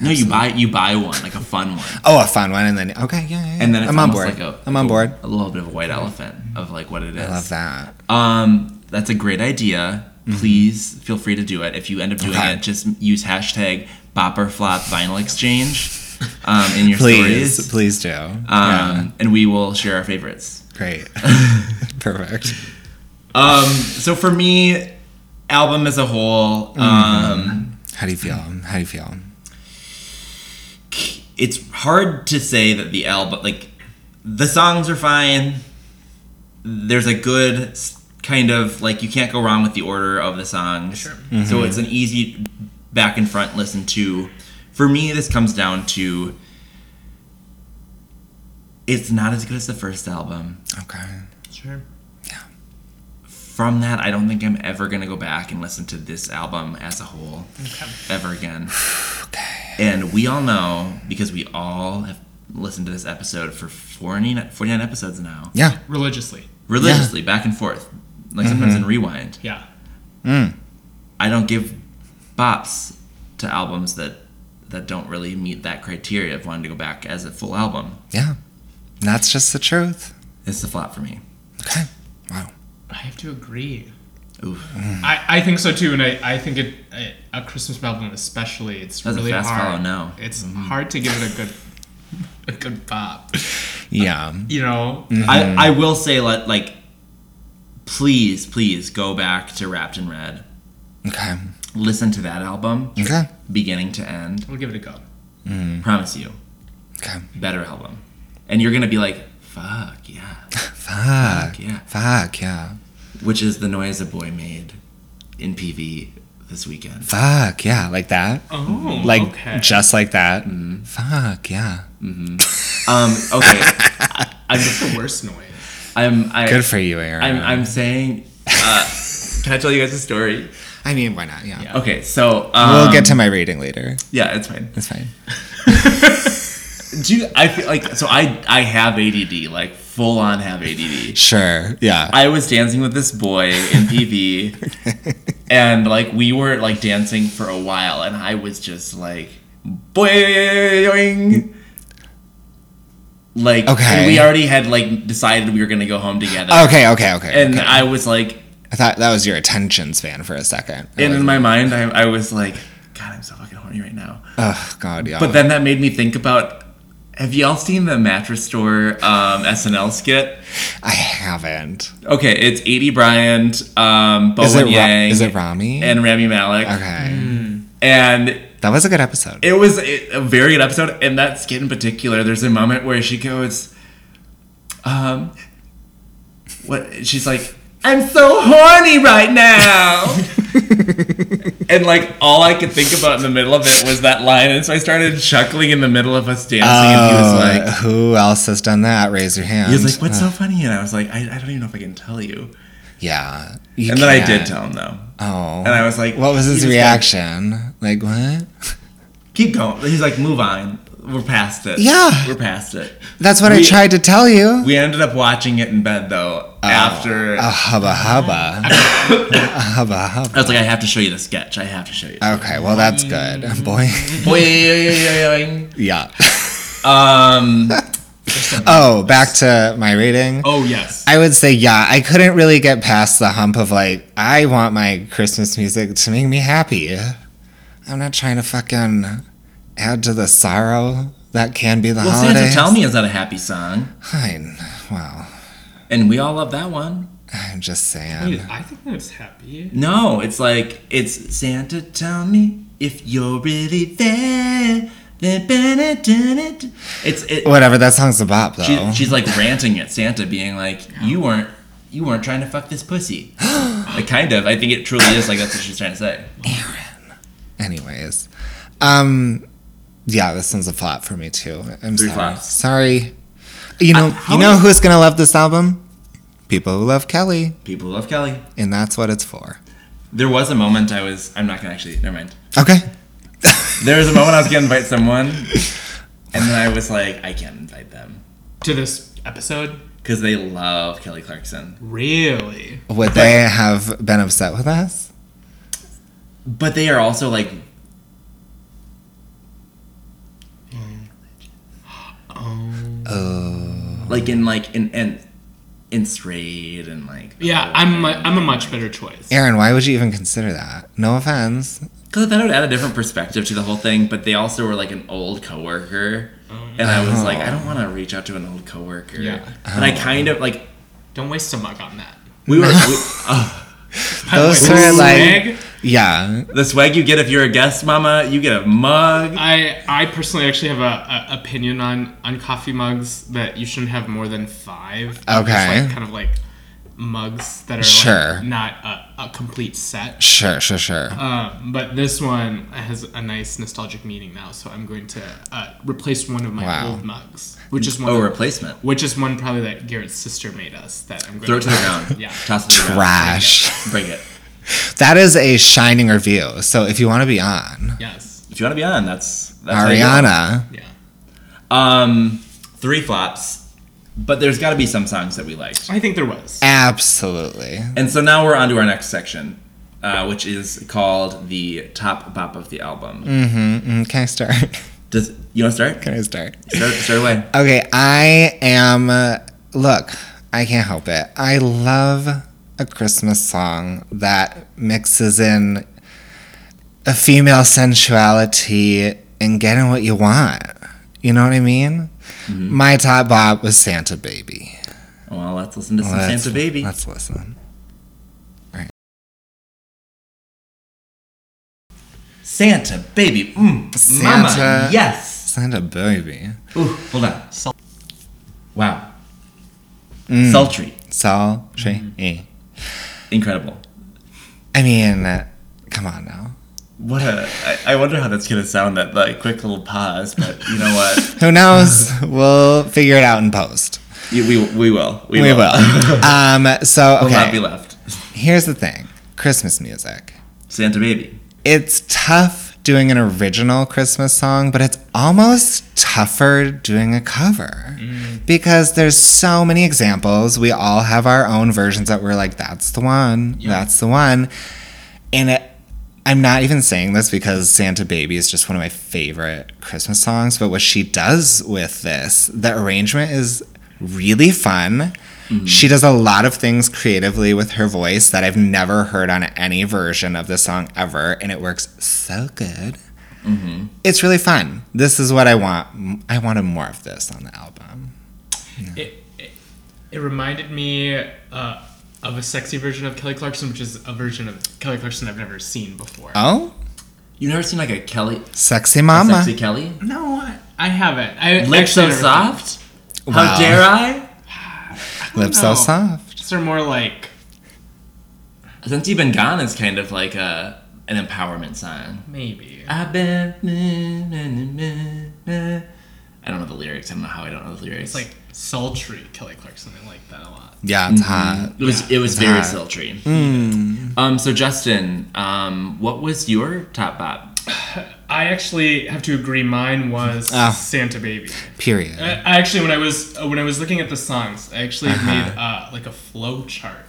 Speaker 1: No, you buy you buy one like a fun one,
Speaker 2: Oh, a fun one, and then okay, yeah, yeah. yeah.
Speaker 1: and then it's
Speaker 2: I'm on
Speaker 1: almost like
Speaker 2: board.
Speaker 1: a
Speaker 2: I'm on board.
Speaker 1: a little bit of a white elephant of like what it is.
Speaker 2: I love that.
Speaker 1: Um, that's a great idea. Please feel free to do it. If you end up doing
Speaker 2: Mm-hmm. Okay.
Speaker 1: it, just use hashtag bopper flop vinyl exchange
Speaker 2: <laughs>
Speaker 1: um, in your
Speaker 2: Please,
Speaker 1: stories,
Speaker 2: please do. yeah,
Speaker 1: um, and we will share our favorites. <laughs>
Speaker 2: great, <laughs> perfect.
Speaker 1: Um, so for me, album as a whole,
Speaker 2: Mm-hmm.
Speaker 1: um,
Speaker 2: How do you feel? How do you feel?
Speaker 1: it's hard to say that the album like the songs are fine. There's a good s- kind of like you can't go wrong with the order of the songs.
Speaker 3: Sure.
Speaker 1: So it's an easy back and front listen to. For me, this comes down to it's not as good as the first album.
Speaker 2: Okay.
Speaker 1: Oh.
Speaker 3: Sure.
Speaker 1: From that, I don't think I'm ever gonna go back and listen to this album as a whole ever again.
Speaker 2: <sighs> Okay.
Speaker 1: And we all know because we all have listened to this episode for 49, 49 episodes now,
Speaker 2: Yeah.
Speaker 3: Religiously.
Speaker 1: religiously, back and forth, like sometimes
Speaker 2: Mm-hmm.
Speaker 1: in rewind.
Speaker 3: Yeah.
Speaker 1: I don't give bops to albums that that don't really meet that criteria of wanting to go back as a full album.
Speaker 2: Yeah. That's just the truth.
Speaker 1: It's a flop for me.
Speaker 2: Okay. Wow.
Speaker 3: I have to agree.
Speaker 1: Oof.
Speaker 3: I, I think so too, and I, I think it, I, a Christmas album especially, it's
Speaker 1: That's a
Speaker 3: really
Speaker 1: fast
Speaker 3: hard.
Speaker 1: follow, no. Mm-hmm.
Speaker 3: It's hard to give it a good a good pop.
Speaker 2: Yeah.
Speaker 3: You know,
Speaker 2: Mm-hmm.
Speaker 1: I, I will say let like please, please go back to Wrapped in Red.
Speaker 2: Okay.
Speaker 1: Listen to that album
Speaker 2: Okay.
Speaker 1: beginning to end.
Speaker 3: we'll give it a go.
Speaker 2: Mm-hmm.
Speaker 1: Promise you,
Speaker 2: Okay.
Speaker 1: better album. And you're gonna be like, fuck yeah.
Speaker 2: Fuck.
Speaker 1: yeah.
Speaker 2: Fuck yeah.
Speaker 1: Which is the noise a boy made in PV this weekend.
Speaker 2: Fuck yeah. Like that.
Speaker 3: Oh,
Speaker 2: Like
Speaker 3: okay.
Speaker 2: just like that.
Speaker 1: Hmm.
Speaker 2: Fuck yeah.
Speaker 1: Um,
Speaker 2: <laughs>
Speaker 1: okay. I'm
Speaker 3: That's the worst noise.
Speaker 1: I'm I,
Speaker 2: Good for you, Aaron.
Speaker 1: I'm, I'm saying. Uh, can I tell you guys a story?
Speaker 2: <laughs> I mean, why not? Yeah.
Speaker 1: Okay, so um,
Speaker 2: We'll get to my rating later.
Speaker 1: yeah, it's fine.
Speaker 2: It's fine.
Speaker 1: Do you, I feel like so I I have ADD like full on have ADD.
Speaker 2: Sure. Yeah.
Speaker 1: I was dancing with this boy in PV, and like we were like dancing for a while, and I was just like, boing. Like
Speaker 2: Okay.
Speaker 1: we already had like decided we were gonna go home together,
Speaker 2: <laughs> Okay, okay, okay.
Speaker 1: and
Speaker 2: okay.
Speaker 1: I was like,
Speaker 2: I thought that was your attention span for a second. I
Speaker 1: and in
Speaker 2: wasn't-
Speaker 1: my mind, I, I was like, God, I'm so fucking horny right now.
Speaker 2: oh God, yeah.
Speaker 1: But then that made me think about. Have y'all seen the mattress store um, SNL skit?
Speaker 2: I haven't.
Speaker 1: Okay, it's Edie Bryant, um, Bowen
Speaker 2: Is it, Ra-
Speaker 1: Yang,
Speaker 2: is it Rami?
Speaker 1: and Rami Malek,
Speaker 2: okay,
Speaker 1: and
Speaker 2: that was a good episode.
Speaker 1: it was a a very good episode. And that skit in particular, there's a moment where she goes, um, what? She's like, "I'm so horny right
Speaker 2: <laughs>
Speaker 1: now," and like all I could think about in the middle of it was that line, and so I started chuckling in the middle of us dancing, and he was like.
Speaker 2: who else has done that? Raise your hand.
Speaker 1: He was like, "What's
Speaker 2: Oh. Uh,
Speaker 1: so funny?" And I was like, "I, I don't even know if I can tell you."
Speaker 2: Yeah.
Speaker 1: And then I did tell him though,
Speaker 2: Oh.
Speaker 1: and I was like,
Speaker 2: what was
Speaker 1: he
Speaker 2: his
Speaker 1: like,
Speaker 2: reaction? Like, what?
Speaker 1: Keep going. He's like, "Move on. We're past it.
Speaker 2: Yeah.
Speaker 1: we're past it."
Speaker 2: That's what I
Speaker 1: We-
Speaker 2: tried to tell you. Oh.
Speaker 1: We ended up watching it in bed though. after
Speaker 2: A hubba hubba. a hubba hubba.
Speaker 1: I was like, "I have to show you the sketch. I have to show you."
Speaker 2: Okay, well, that's
Speaker 1: <laughs>
Speaker 2: good. Boy. <laughs>
Speaker 1: Boing.
Speaker 2: yeah. <laughs>
Speaker 1: um,
Speaker 2: Oh, back to my rating.
Speaker 3: Oh yes.
Speaker 2: I would say, yeah, I couldn't really get past the hump of like, I want my Christmas music to make me happy. I'm not trying to fucking add to the sorrow that can be the
Speaker 1: well,
Speaker 2: holidays.
Speaker 1: Santa, tell me, is that a happy song?
Speaker 2: Fine. Well,
Speaker 1: And we all love that one.
Speaker 2: I'm just
Speaker 3: Wait,
Speaker 2: saying.
Speaker 3: I think that was happy.
Speaker 1: No, it's like it's Santa. Tell me if you're really there. It's it.
Speaker 2: Whatever, that song's a bop, though.
Speaker 1: She, she's like ranting at Santa, being like, "You weren't, you weren't trying to fuck this pussy." like, kind of. I think it truly is like that's what she's trying to say.
Speaker 2: Anyways, um, yeah, this one's a flop for me too. I'm
Speaker 1: Three
Speaker 2: sorry.
Speaker 1: flops.
Speaker 2: Sorry. You know,
Speaker 1: how
Speaker 2: you know
Speaker 1: many-
Speaker 2: who's gonna love this album? People who love Kelly,
Speaker 1: People love Kelly.
Speaker 2: and that's what it's for.
Speaker 1: There was a moment I was. I'm not gonna actually. Never mind.
Speaker 2: Okay.
Speaker 1: There was a moment I was gonna invite someone, and then I was like, I can't invite them
Speaker 3: To this episode,
Speaker 1: because they love Kelly Clarkson,
Speaker 3: really?
Speaker 2: <laughs> Would they have been upset with us?
Speaker 1: but they are also like.
Speaker 2: Um, Uh.
Speaker 1: Like in like in and in straight and like
Speaker 3: Yeah, I'm. i I'm a much better choice.
Speaker 2: Aaron, why would you even consider that? No offense.
Speaker 1: Because I thought it would add a different perspective to the whole thing, but they also were like an old coworker. And I was like, I don't want to reach out to an old coworker.
Speaker 3: Oh, Yeah.
Speaker 1: And I kind of like,
Speaker 3: Don't waste a mug on that.
Speaker 1: we were, we, oh,
Speaker 2: Those
Speaker 3: By the way,
Speaker 2: are like-
Speaker 3: swag,
Speaker 2: Yeah.
Speaker 1: the swag you get if you're a guest, mama, you get a mug.
Speaker 3: I I personally actually have a, a opinion on on coffee mugs that you shouldn't have more than five. Just,
Speaker 2: Okay.
Speaker 3: like, kind of like mugs that are
Speaker 2: Sure.
Speaker 3: like not a, a complete set.
Speaker 2: Sure, sure, sure.
Speaker 3: Um, but this one has a nice nostalgic meaning now, so I'm going to uh, replace one of my
Speaker 2: Wow.
Speaker 3: old mugs, which is one,
Speaker 1: Oh,
Speaker 3: that-
Speaker 1: replacement.
Speaker 3: which is one probably that Garrett's sister made us. That I'm going
Speaker 1: Throw it to the ground.
Speaker 3: <laughs> Yeah.
Speaker 1: Toss it to the ground.
Speaker 2: Trash.
Speaker 1: Break it.
Speaker 2: That is a shining review. So if you want to be on,
Speaker 3: Yes.
Speaker 1: If you want to be on, that's, that's how you do it.
Speaker 2: Ariana.
Speaker 3: Yeah.
Speaker 1: Um, three flops. But there's got to be some songs that we liked.
Speaker 3: I think there was.
Speaker 2: Absolutely.
Speaker 1: And so now we're on to our next section, uh, which is called the top bop of the album.
Speaker 2: Mm, Can I start? <laughs>
Speaker 1: Does you want to start?
Speaker 2: Can I start?
Speaker 1: Start, start away.
Speaker 2: Okay, I am. uh, Look, I can't help it. I love a Christmas song that mixes in a female sensuality and getting what you want. You know what I mean?
Speaker 1: Mm-hmm.
Speaker 2: My top bop was Santa Baby.
Speaker 1: Well, let's listen to some
Speaker 2: Let's-
Speaker 1: Santa Baby.
Speaker 2: Let's listen.
Speaker 1: Santa Baby. Mm, Mama,
Speaker 2: Santa-
Speaker 1: yes.
Speaker 2: Santa Baby.
Speaker 1: Ooh, hold on. Wow.
Speaker 2: Mm.
Speaker 1: Sultry.
Speaker 2: Sol,
Speaker 1: Mm-hmm.
Speaker 2: she, e.
Speaker 1: Incredible.
Speaker 2: I mean, uh, come on now.
Speaker 1: What a. I, I wonder how that's going to sound that like quick little pause, but you know what?
Speaker 2: Who
Speaker 1: <laughs>
Speaker 2: knows? we'll figure it out in post.
Speaker 1: You- we, we will. We,
Speaker 2: We
Speaker 1: will. <laughs>
Speaker 2: will. um, so, okay.
Speaker 1: Will not be left.
Speaker 2: Here's the thing Christmas music.
Speaker 1: Santa Baby.
Speaker 2: It's tough doing an original Christmas song, but it's almost tougher doing a cover because there's so many examples. We all have our own versions that we're like, that's the one, that's the one. And it, I'm not even saying this because Santa Baby is just one of my favorite Christmas songs, but what she does with this, the arrangement is really fun.
Speaker 1: Mm-hmm.
Speaker 2: She does a lot of things creatively with her voice that I've never heard on any version of this song ever, and it works so good.
Speaker 1: Mm-hmm.
Speaker 2: It's really fun. This is what I want. I wanted more of this on the album.
Speaker 3: It, it, it reminded me uh, of a sexy version of Kelly Clarkson, which is a version of Kelly Clarkson I've never seen before.
Speaker 1: Uh,
Speaker 2: Oh,
Speaker 1: You've never seen like a Kelly,
Speaker 2: sexy
Speaker 1: a
Speaker 2: mama.
Speaker 1: sexy Kelly?
Speaker 3: no, I, I haven't. I
Speaker 1: Lips so
Speaker 3: actually never-
Speaker 1: soft?
Speaker 2: Wow.
Speaker 1: How dare I?
Speaker 2: Lips
Speaker 3: No.
Speaker 2: so soft.
Speaker 3: These are more like
Speaker 1: Since you've been gone is kind of like a an empowerment song.
Speaker 3: maybe.
Speaker 1: I've been. I don't know the lyrics. I don't know how I don't know the lyrics.
Speaker 3: It's like sultry Kelly Clarkson. I like that a lot.
Speaker 2: Yeah,
Speaker 1: Mm-hmm.
Speaker 2: it's hot.
Speaker 1: It was it was very
Speaker 2: hot.
Speaker 1: sultry.
Speaker 2: Hmm.
Speaker 1: Um, so Justin, um, what was your top bop?
Speaker 3: I actually have to agree. Mine was
Speaker 2: Oh.
Speaker 3: Santa Baby.
Speaker 2: Period.
Speaker 3: I, I actually, when I was uh, when I was looking at the songs, I actually
Speaker 2: Uh-huh.
Speaker 3: made uh, like a flow chart.
Speaker 2: <laughs>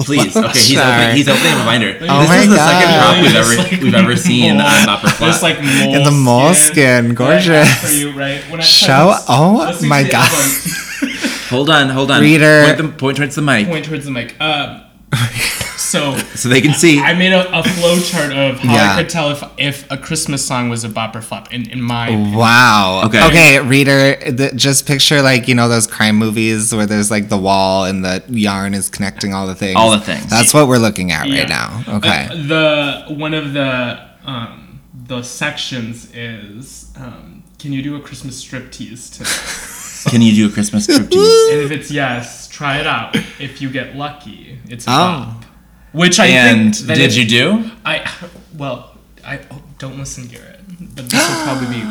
Speaker 1: Please, okay, he's
Speaker 2: Oh, Sorry.
Speaker 1: opening, he's opening a binder.
Speaker 2: Oh
Speaker 1: this
Speaker 2: my
Speaker 1: is the
Speaker 2: God.
Speaker 1: second prop we've
Speaker 3: Just
Speaker 1: ever
Speaker 2: <laughs>
Speaker 3: like
Speaker 1: we've ever seen um,
Speaker 3: mole-
Speaker 1: on Bopper
Speaker 3: Just
Speaker 1: Flat.
Speaker 3: like mole
Speaker 2: the moleskin, gorgeous.
Speaker 3: For you, right? When I
Speaker 2: Show-
Speaker 3: was
Speaker 2: oh
Speaker 3: listening
Speaker 2: my
Speaker 3: to it, I
Speaker 1: <laughs>
Speaker 3: was like-
Speaker 1: hold on, hold on.
Speaker 2: Reader.
Speaker 1: point, the, point towards the mic
Speaker 3: point towards the mic.
Speaker 2: <laughs>
Speaker 3: Um, so
Speaker 1: so they can see.
Speaker 3: I made a, a flow chart of how
Speaker 2: Yeah.
Speaker 3: I could tell if if a Christmas song was a bop or flop. In in my opinion.
Speaker 2: Wow.
Speaker 1: Okay.
Speaker 2: Okay, reader, th- just picture like you know those crime movies where there's like the wall and the yarn is connecting all the things.
Speaker 1: All the things.
Speaker 2: That's what we're looking at
Speaker 3: Yeah.
Speaker 2: right now. Okay.
Speaker 3: Uh, the one of the um, the sections is um, can you do a Christmas striptease today?
Speaker 1: Can you do a
Speaker 2: <laughs>
Speaker 1: Christmas striptease?
Speaker 3: and if it's yes, try it out. If you get lucky, it's a
Speaker 2: Oh.
Speaker 3: bop. Which I
Speaker 1: and
Speaker 3: think that
Speaker 1: did
Speaker 3: it-
Speaker 1: you do?
Speaker 3: I well, I oh, don't listen, Garrett. But this will probably
Speaker 1: <gasps>
Speaker 3: be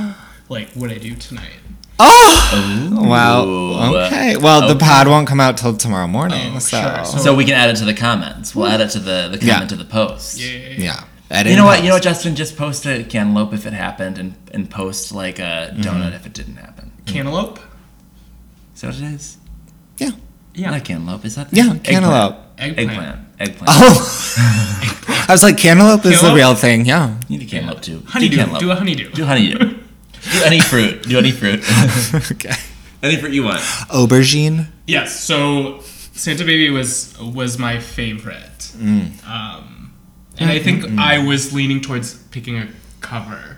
Speaker 3: like what I do tonight.
Speaker 2: <laughs> oh. Wow. Okay. Well, the
Speaker 1: Okay.
Speaker 2: pod won't come out till tomorrow morning.
Speaker 3: Oh,
Speaker 2: so.
Speaker 3: sure. So-
Speaker 1: So we can add it to the comments. We'll add it to the, the comment
Speaker 2: Yeah.
Speaker 1: to the post.
Speaker 3: Yeah.
Speaker 2: yeah. Editing
Speaker 1: You know what? You know
Speaker 2: helps.
Speaker 1: what, Justin? Just post a cantaloupe if it happened, and, and post like a
Speaker 2: Mm-hmm.
Speaker 1: donut if it didn't happen.
Speaker 3: Cantaloupe.
Speaker 1: Is that what it is?
Speaker 2: Yeah.
Speaker 1: Yeah. Not a cantaloupe. Is that?
Speaker 2: Yeah. Cantaloupe. <laughs>
Speaker 3: Eggplant.
Speaker 1: Eggplant. Eggplant.
Speaker 2: Oh.
Speaker 1: <laughs>
Speaker 2: I was like, cantaloupe is the
Speaker 3: Cantaloupe?
Speaker 2: real thing. Yeah. <laughs>
Speaker 1: You need a cantaloupe too.
Speaker 3: Honeydew.
Speaker 1: Do cantaloupe.
Speaker 3: Do a honeydew.
Speaker 1: do honeydew. do any fruit. Do any
Speaker 2: <laughs>
Speaker 1: fruit.
Speaker 2: okay.
Speaker 1: any fruit you want.
Speaker 2: Aubergine.
Speaker 3: Yes. So Santa Baby was was my favorite, um, and I think I was leaning towards picking a cover.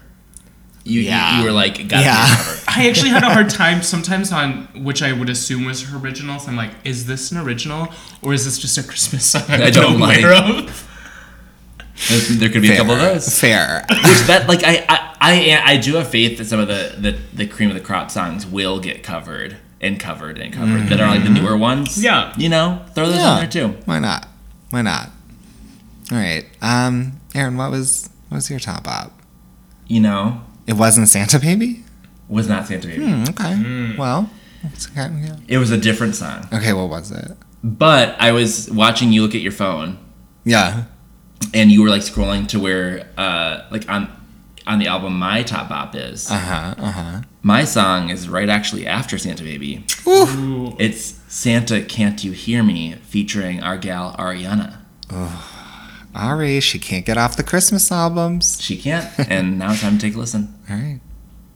Speaker 1: You, you-
Speaker 2: Yeah.
Speaker 1: you, were like, got
Speaker 2: Yeah.
Speaker 1: yeah. covered.
Speaker 3: I actually had a <laughs> hard time sometimes on which I would assume was her original. So I'm like, is this an original or is this just a Christmas <laughs> song I'm
Speaker 1: I don't
Speaker 3: aware of?
Speaker 1: There's- There could be a couple of those. <laughs>
Speaker 2: Fair.
Speaker 1: Which that like I I, I I do have faith that some of the, the the cream of the crop songs will get covered and covered and covered that are like the newer ones.
Speaker 3: Yeah.
Speaker 1: You know, throw those in there too.
Speaker 2: Why not? Why not? All right. Um, Aaron, what was what was your top op?
Speaker 1: You know,
Speaker 2: It wasn't Santa Baby.
Speaker 1: was not Santa Baby.
Speaker 2: Hmm, okay. Well, it's okay. Yeah.
Speaker 1: It was a different song.
Speaker 2: Okay. What was it?
Speaker 1: But I was watching you look at your phone
Speaker 2: Yeah.
Speaker 1: and you were like scrolling to where uh like on on the album my top bop is.
Speaker 2: Uh huh. Uh huh.
Speaker 1: My song is right actually after Santa Baby.
Speaker 3: Ooh,
Speaker 1: It's Santa Can't You Hear Me featuring our gal Ariana.
Speaker 2: Ari, she can't get off the Christmas albums.
Speaker 1: She can't, and now it's time to take a listen.
Speaker 2: All right. <laughs>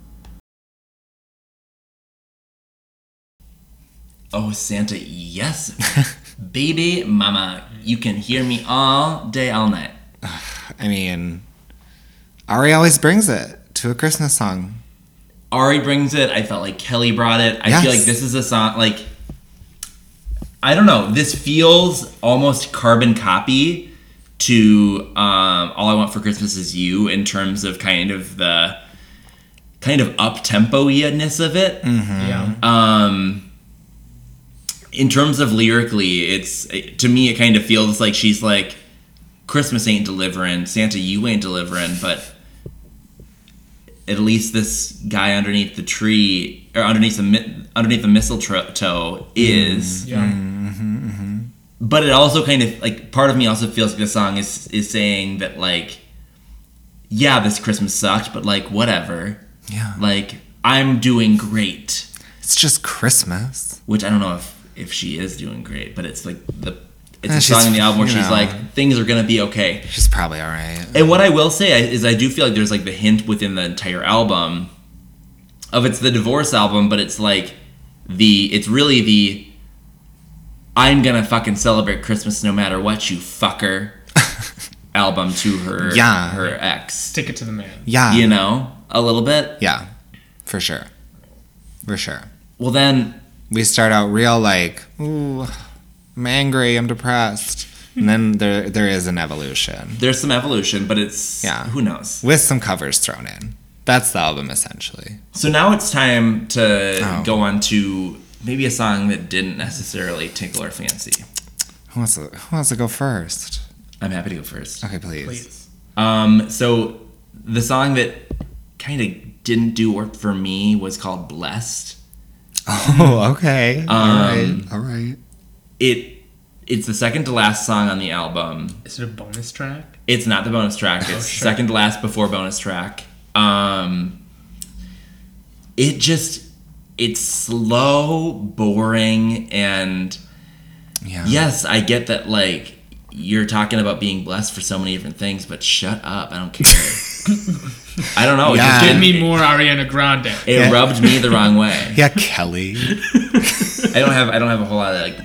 Speaker 1: Oh, Santa, yes. Baby, mama, you can hear me all day, all night.
Speaker 2: I mean, Ari always brings it to a Christmas song.
Speaker 1: Ari brings it. I felt like Kelly brought it. I feel
Speaker 2: Yes.
Speaker 1: like this is a song, like, I don't know. This feels almost carbon copy to um, All I Want for Christmas Is You in terms of kind of the kind of up tempo ness of it.
Speaker 3: yeah.
Speaker 1: um in terms of lyrically it's it- to me it kind of feels like she's like christmas ain't delivering santa you ain't delivering but at least this guy underneath the tree or underneath the mi- underneath the mistletoe is
Speaker 3: yeah.
Speaker 1: but it also kind of like part of me also feels like the song is is saying that like yeah this christmas sucked but like whatever
Speaker 2: Yeah.
Speaker 1: like i'm doing great
Speaker 2: It's just Christmas.
Speaker 1: which I don't know if if she is doing great, but it's like the It's
Speaker 2: Eh,
Speaker 1: a song
Speaker 2: she's-
Speaker 1: in the album where
Speaker 2: you
Speaker 1: she's
Speaker 2: know.
Speaker 1: like, things are gonna be okay.
Speaker 2: She's probably all right. <laughs>
Speaker 1: And what I will say I- is, I do feel like there's like the hint within the entire album of it's the divorce album, but it's like the it's really the I'm gonna fucking celebrate Christmas no matter what you fucker album to her
Speaker 2: Yeah.
Speaker 1: her ex,
Speaker 3: Stick it to the man.
Speaker 2: Yeah.
Speaker 1: you know, a little bit.
Speaker 2: Yeah. For sure. For sure.
Speaker 1: Well then,
Speaker 2: We start out real like, ooh, I'm angry, I'm depressed. And then there there is an evolution
Speaker 1: there's some evolution, but it's
Speaker 2: Yeah.
Speaker 1: who knows.
Speaker 2: with some covers thrown in. That's the album essentially.
Speaker 1: So now it's time to
Speaker 2: Oh.
Speaker 1: go on to maybe a song that didn't necessarily tickle our fancy.
Speaker 2: Who wants to who wants to go first?
Speaker 1: I'm happy to go first.
Speaker 2: Okay, please.
Speaker 3: Please.
Speaker 1: Um, so the song that kind of didn't do work for me was called "Blessed."
Speaker 2: <laughs> Oh, okay.
Speaker 1: Um,
Speaker 2: all right. All right.
Speaker 1: It it's the second to last song on the album.
Speaker 3: Is it a bonus track?
Speaker 1: It's not the bonus track. It's
Speaker 3: sure.
Speaker 1: second to last before bonus track. Um, it just it's slow, boring, and
Speaker 2: Yeah.
Speaker 1: yes, I get that like. You're talking about being blessed for so many different things, but shut up. I don't care.
Speaker 2: <laughs>
Speaker 1: I don't know. it just
Speaker 2: Yeah.
Speaker 3: Give
Speaker 1: didn't-
Speaker 3: me more Ariana Grande.
Speaker 1: It
Speaker 2: Yeah.
Speaker 1: rubbed me the wrong
Speaker 2: <laughs>
Speaker 1: way.
Speaker 2: Yeah, Kelly.
Speaker 1: I don't have I don't have a whole lot of like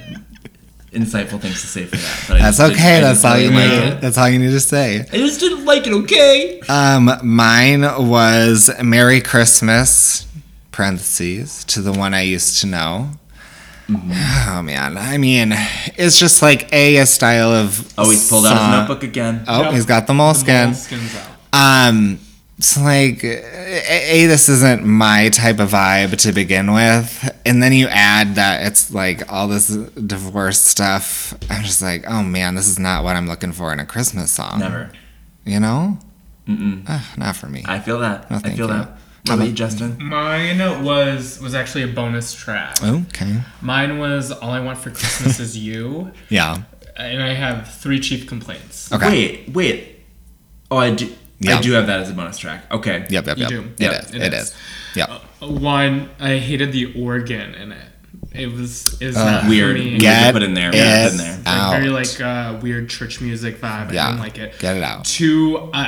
Speaker 1: insightful things to say for that. But I <laughs>
Speaker 2: That's
Speaker 1: just didn't-
Speaker 2: okay.
Speaker 1: I
Speaker 2: That's
Speaker 1: didn't
Speaker 2: all
Speaker 1: really
Speaker 2: you
Speaker 1: like
Speaker 2: need.
Speaker 1: it.
Speaker 2: That's all you need to say.
Speaker 1: I just didn't like it. Okay.
Speaker 2: Um, mine was Merry Christmas, parentheses, to the one I used to know.
Speaker 1: Mm-hmm.
Speaker 2: Oh man, I mean, it's just like a, a style of.
Speaker 1: Oh, he's pulled out his
Speaker 2: song-
Speaker 1: notebook again.
Speaker 2: Oh,
Speaker 3: Yep.
Speaker 2: he's got the moleskin.
Speaker 3: Skins out.
Speaker 2: Um, so like, a, a this isn't my type of vibe to begin with, and then you add that it's like all this divorce stuff. I'm just like, oh man, this is not what I'm looking for in a Christmas song.
Speaker 1: Never.
Speaker 2: you know,
Speaker 1: Mm-mm.
Speaker 2: Ugh, not for me.
Speaker 1: I feel that.
Speaker 2: No,
Speaker 1: I
Speaker 2: thank
Speaker 1: feel
Speaker 2: you.
Speaker 1: that.
Speaker 2: How
Speaker 1: What about
Speaker 2: about-
Speaker 1: you, Justin?
Speaker 3: Mine was was actually a bonus track.
Speaker 2: okay.
Speaker 3: Mine was All I Want for Christmas Is You, <laughs>
Speaker 2: Yeah.
Speaker 3: and I have three chief complaints.
Speaker 2: Okay.
Speaker 1: Wait, wait. Oh, I do.
Speaker 2: Yeah.
Speaker 1: I do have that as a bonus track. Okay.
Speaker 2: Yep, yep,
Speaker 3: You
Speaker 2: yep.
Speaker 3: do.
Speaker 2: It
Speaker 3: Yep,
Speaker 2: is.
Speaker 3: it
Speaker 2: It
Speaker 3: is.
Speaker 2: is. Yep.
Speaker 3: One, I hated the organ in it. It was is not
Speaker 1: Weird.
Speaker 3: For me.
Speaker 1: Weird
Speaker 2: Get
Speaker 1: to put in there. Weird to put in
Speaker 2: it
Speaker 1: there.
Speaker 2: out.
Speaker 3: Like, very like uh, weird church music vibe. I
Speaker 2: Yeah.
Speaker 3: didn't like it.
Speaker 2: Get it out.
Speaker 3: Two, I,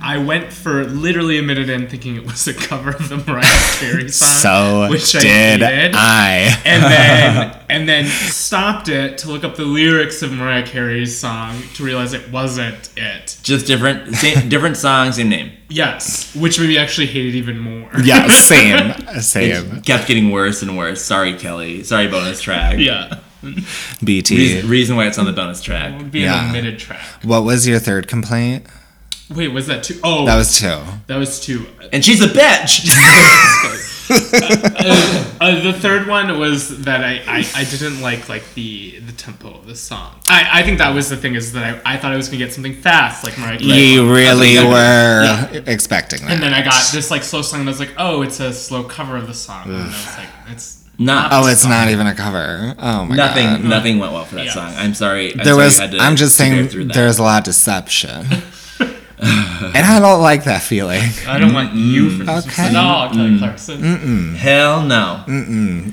Speaker 3: I, I went for literally a minute in thinking it was a cover of the
Speaker 2: <laughs>
Speaker 3: Mariah Carey song,
Speaker 2: So
Speaker 3: which I
Speaker 2: did
Speaker 3: hated.
Speaker 2: I.
Speaker 3: and then and then stopped it to look up the lyrics of Mariah Carey's song to realize it wasn't it.
Speaker 1: Just different, same, different song, same name.
Speaker 3: Yes, which made me actually hate it even more.
Speaker 2: <laughs> yeah, same. Same.
Speaker 1: It kept getting worse and worse. Sorry, Kelly. Sorry, bonus track.
Speaker 3: <laughs> yeah,
Speaker 1: Reason,
Speaker 2: BT.
Speaker 1: reason why it's on the bonus track.
Speaker 3: it would be
Speaker 2: Yeah.
Speaker 3: an omitted track.
Speaker 2: What was your third complaint?
Speaker 3: Wait, was that two? Oh,
Speaker 2: That was two.
Speaker 3: that was two.
Speaker 1: And she's a bitch. <laughs>
Speaker 3: Uh, the third one was that I, I, I didn't like like the the tempo of the song. I, I think that was the thing is that I, I thought I was gonna get something fast like Mariah Carey.
Speaker 2: You really
Speaker 1: That's
Speaker 2: were expecting that.
Speaker 3: And then I got this like slow song, and I was like, "Oh, it's a slow cover of the song." And I was like, "It's
Speaker 1: Not
Speaker 2: oh, it's not even a cover. Oh my
Speaker 1: nothing
Speaker 2: god.
Speaker 1: nothing went well for that
Speaker 3: Yeah.
Speaker 1: song i'm sorry I'm
Speaker 2: There
Speaker 1: sorry
Speaker 2: was.
Speaker 1: you had to-
Speaker 2: I'm just
Speaker 1: to go
Speaker 2: saying.
Speaker 1: through that.
Speaker 2: There was a lot of deception, and I don't like that feeling.
Speaker 3: I don't want you for Christmas
Speaker 2: Okay.
Speaker 3: at all, Kelly Clarkson.
Speaker 1: hell no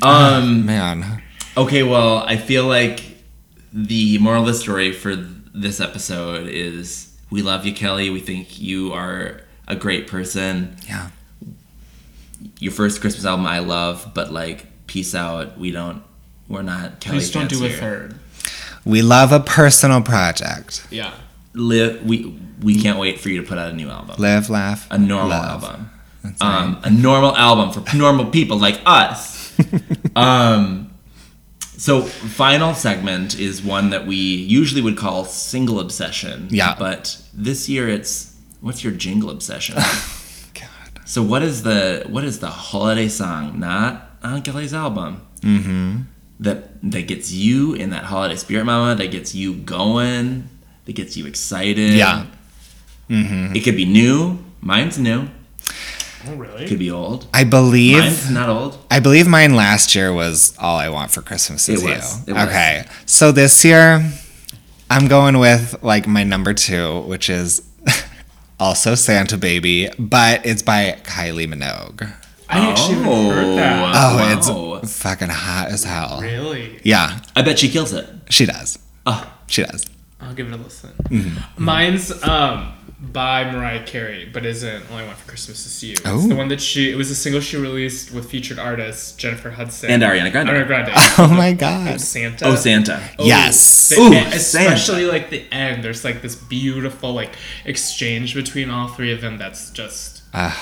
Speaker 1: um
Speaker 2: Man,
Speaker 1: okay well i feel like the moral of the story for this episode is we love you kelly we think you are a great person
Speaker 2: yeah,
Speaker 1: your first christmas album i love but like peace out we don't we're not kelly
Speaker 3: Please don't
Speaker 1: fans
Speaker 3: do a
Speaker 1: here.
Speaker 3: third.
Speaker 2: we love a personal project.
Speaker 3: Yeah.
Speaker 1: Live, we we can't wait for you to put out a new album
Speaker 2: Live, laugh,
Speaker 1: a normal
Speaker 2: love.
Speaker 1: album
Speaker 2: That's right.
Speaker 1: um, a normal album for normal people like
Speaker 2: <laughs>
Speaker 1: us. um, so, final segment is one that we usually would call single obsession.
Speaker 2: Yeah.
Speaker 1: But this year it's what's your jingle obsession?
Speaker 2: God.
Speaker 1: so, what is the what is the holiday song not on Kelly's album? Mm-hmm. That that gets you in that holiday spirit, Mama. That gets you going. That gets you excited.
Speaker 2: Yeah. Mm-hmm.
Speaker 1: It could be new. Mine's new.
Speaker 3: Oh
Speaker 1: It
Speaker 3: really?
Speaker 1: could be old.
Speaker 2: I believe
Speaker 1: Mine's not old.
Speaker 2: I believe mine last year was all I want for Christmas is
Speaker 1: It was.
Speaker 2: you.
Speaker 1: It was.
Speaker 2: Okay. So this year I'm going with like my number 2 which is <laughs> also Santa Baby, but it's by Kylie Minogue.
Speaker 3: <laughs> I actually haven't heard that.
Speaker 2: Oh,
Speaker 1: wow.
Speaker 2: it's fucking hot as hell.
Speaker 3: Really?
Speaker 2: Yeah,
Speaker 1: I bet she kills it.
Speaker 2: she does.
Speaker 1: Oh,
Speaker 2: She does. <laughs>
Speaker 3: I'll give it a listen.
Speaker 1: Mm-hmm.
Speaker 3: Mine's um by Mariah Carey, but isn't Only One for Christmas Is You. It's
Speaker 2: Oh.
Speaker 3: the one that she it was a single she released with featured artists Jennifer Hudson
Speaker 1: And Ariana Grande.
Speaker 3: Ariana
Speaker 1: <laughs>
Speaker 3: Grande.
Speaker 2: Oh my god.
Speaker 3: Santa.
Speaker 1: Oh, Santa.
Speaker 3: Oh,
Speaker 2: Yes.
Speaker 3: the
Speaker 1: Ooh,
Speaker 3: e- especially
Speaker 1: Santa.
Speaker 3: like the end. There's like this beautiful like exchange between all three of them. That's just
Speaker 1: Uh,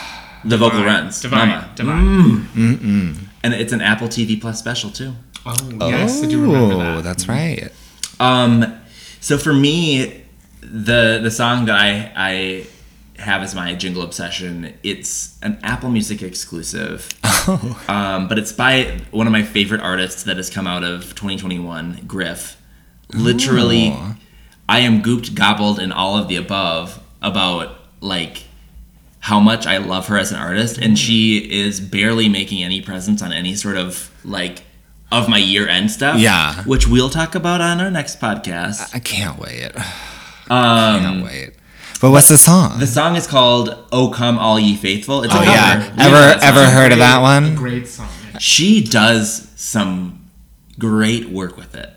Speaker 1: The vocal
Speaker 3: divine,
Speaker 1: runs.
Speaker 3: divine,
Speaker 1: Mama.
Speaker 3: divine.
Speaker 1: And it's an Apple TV Plus special, too.
Speaker 3: Oh yes, I do remember that.
Speaker 2: Oh, that's right. <laughs>
Speaker 1: Um, so for me, the the song that I I have as my jingle obsession, it's an Apple Music exclusive.
Speaker 2: Oh.
Speaker 1: Um, but it's by one of my favorite artists that has come out of 2021, Griff. Literally, I am gooped, gobbled, and all of the above about like how much I love her as an artist, and she is barely making any presence on any sort of like of my year end stuff.
Speaker 2: Yeah.
Speaker 1: which we'll talk about on our next podcast.
Speaker 2: I can't wait. <sighs>
Speaker 1: Um,
Speaker 2: Can't wait. But what's the song?
Speaker 1: the song is called "O Come All Ye Faithful." It's a
Speaker 2: oh
Speaker 1: cover.
Speaker 2: yeah.
Speaker 1: We know
Speaker 2: Ever
Speaker 1: that song.
Speaker 2: ever heard of that
Speaker 1: oh.
Speaker 3: A
Speaker 2: one?
Speaker 3: great song.
Speaker 1: She does some great work with it.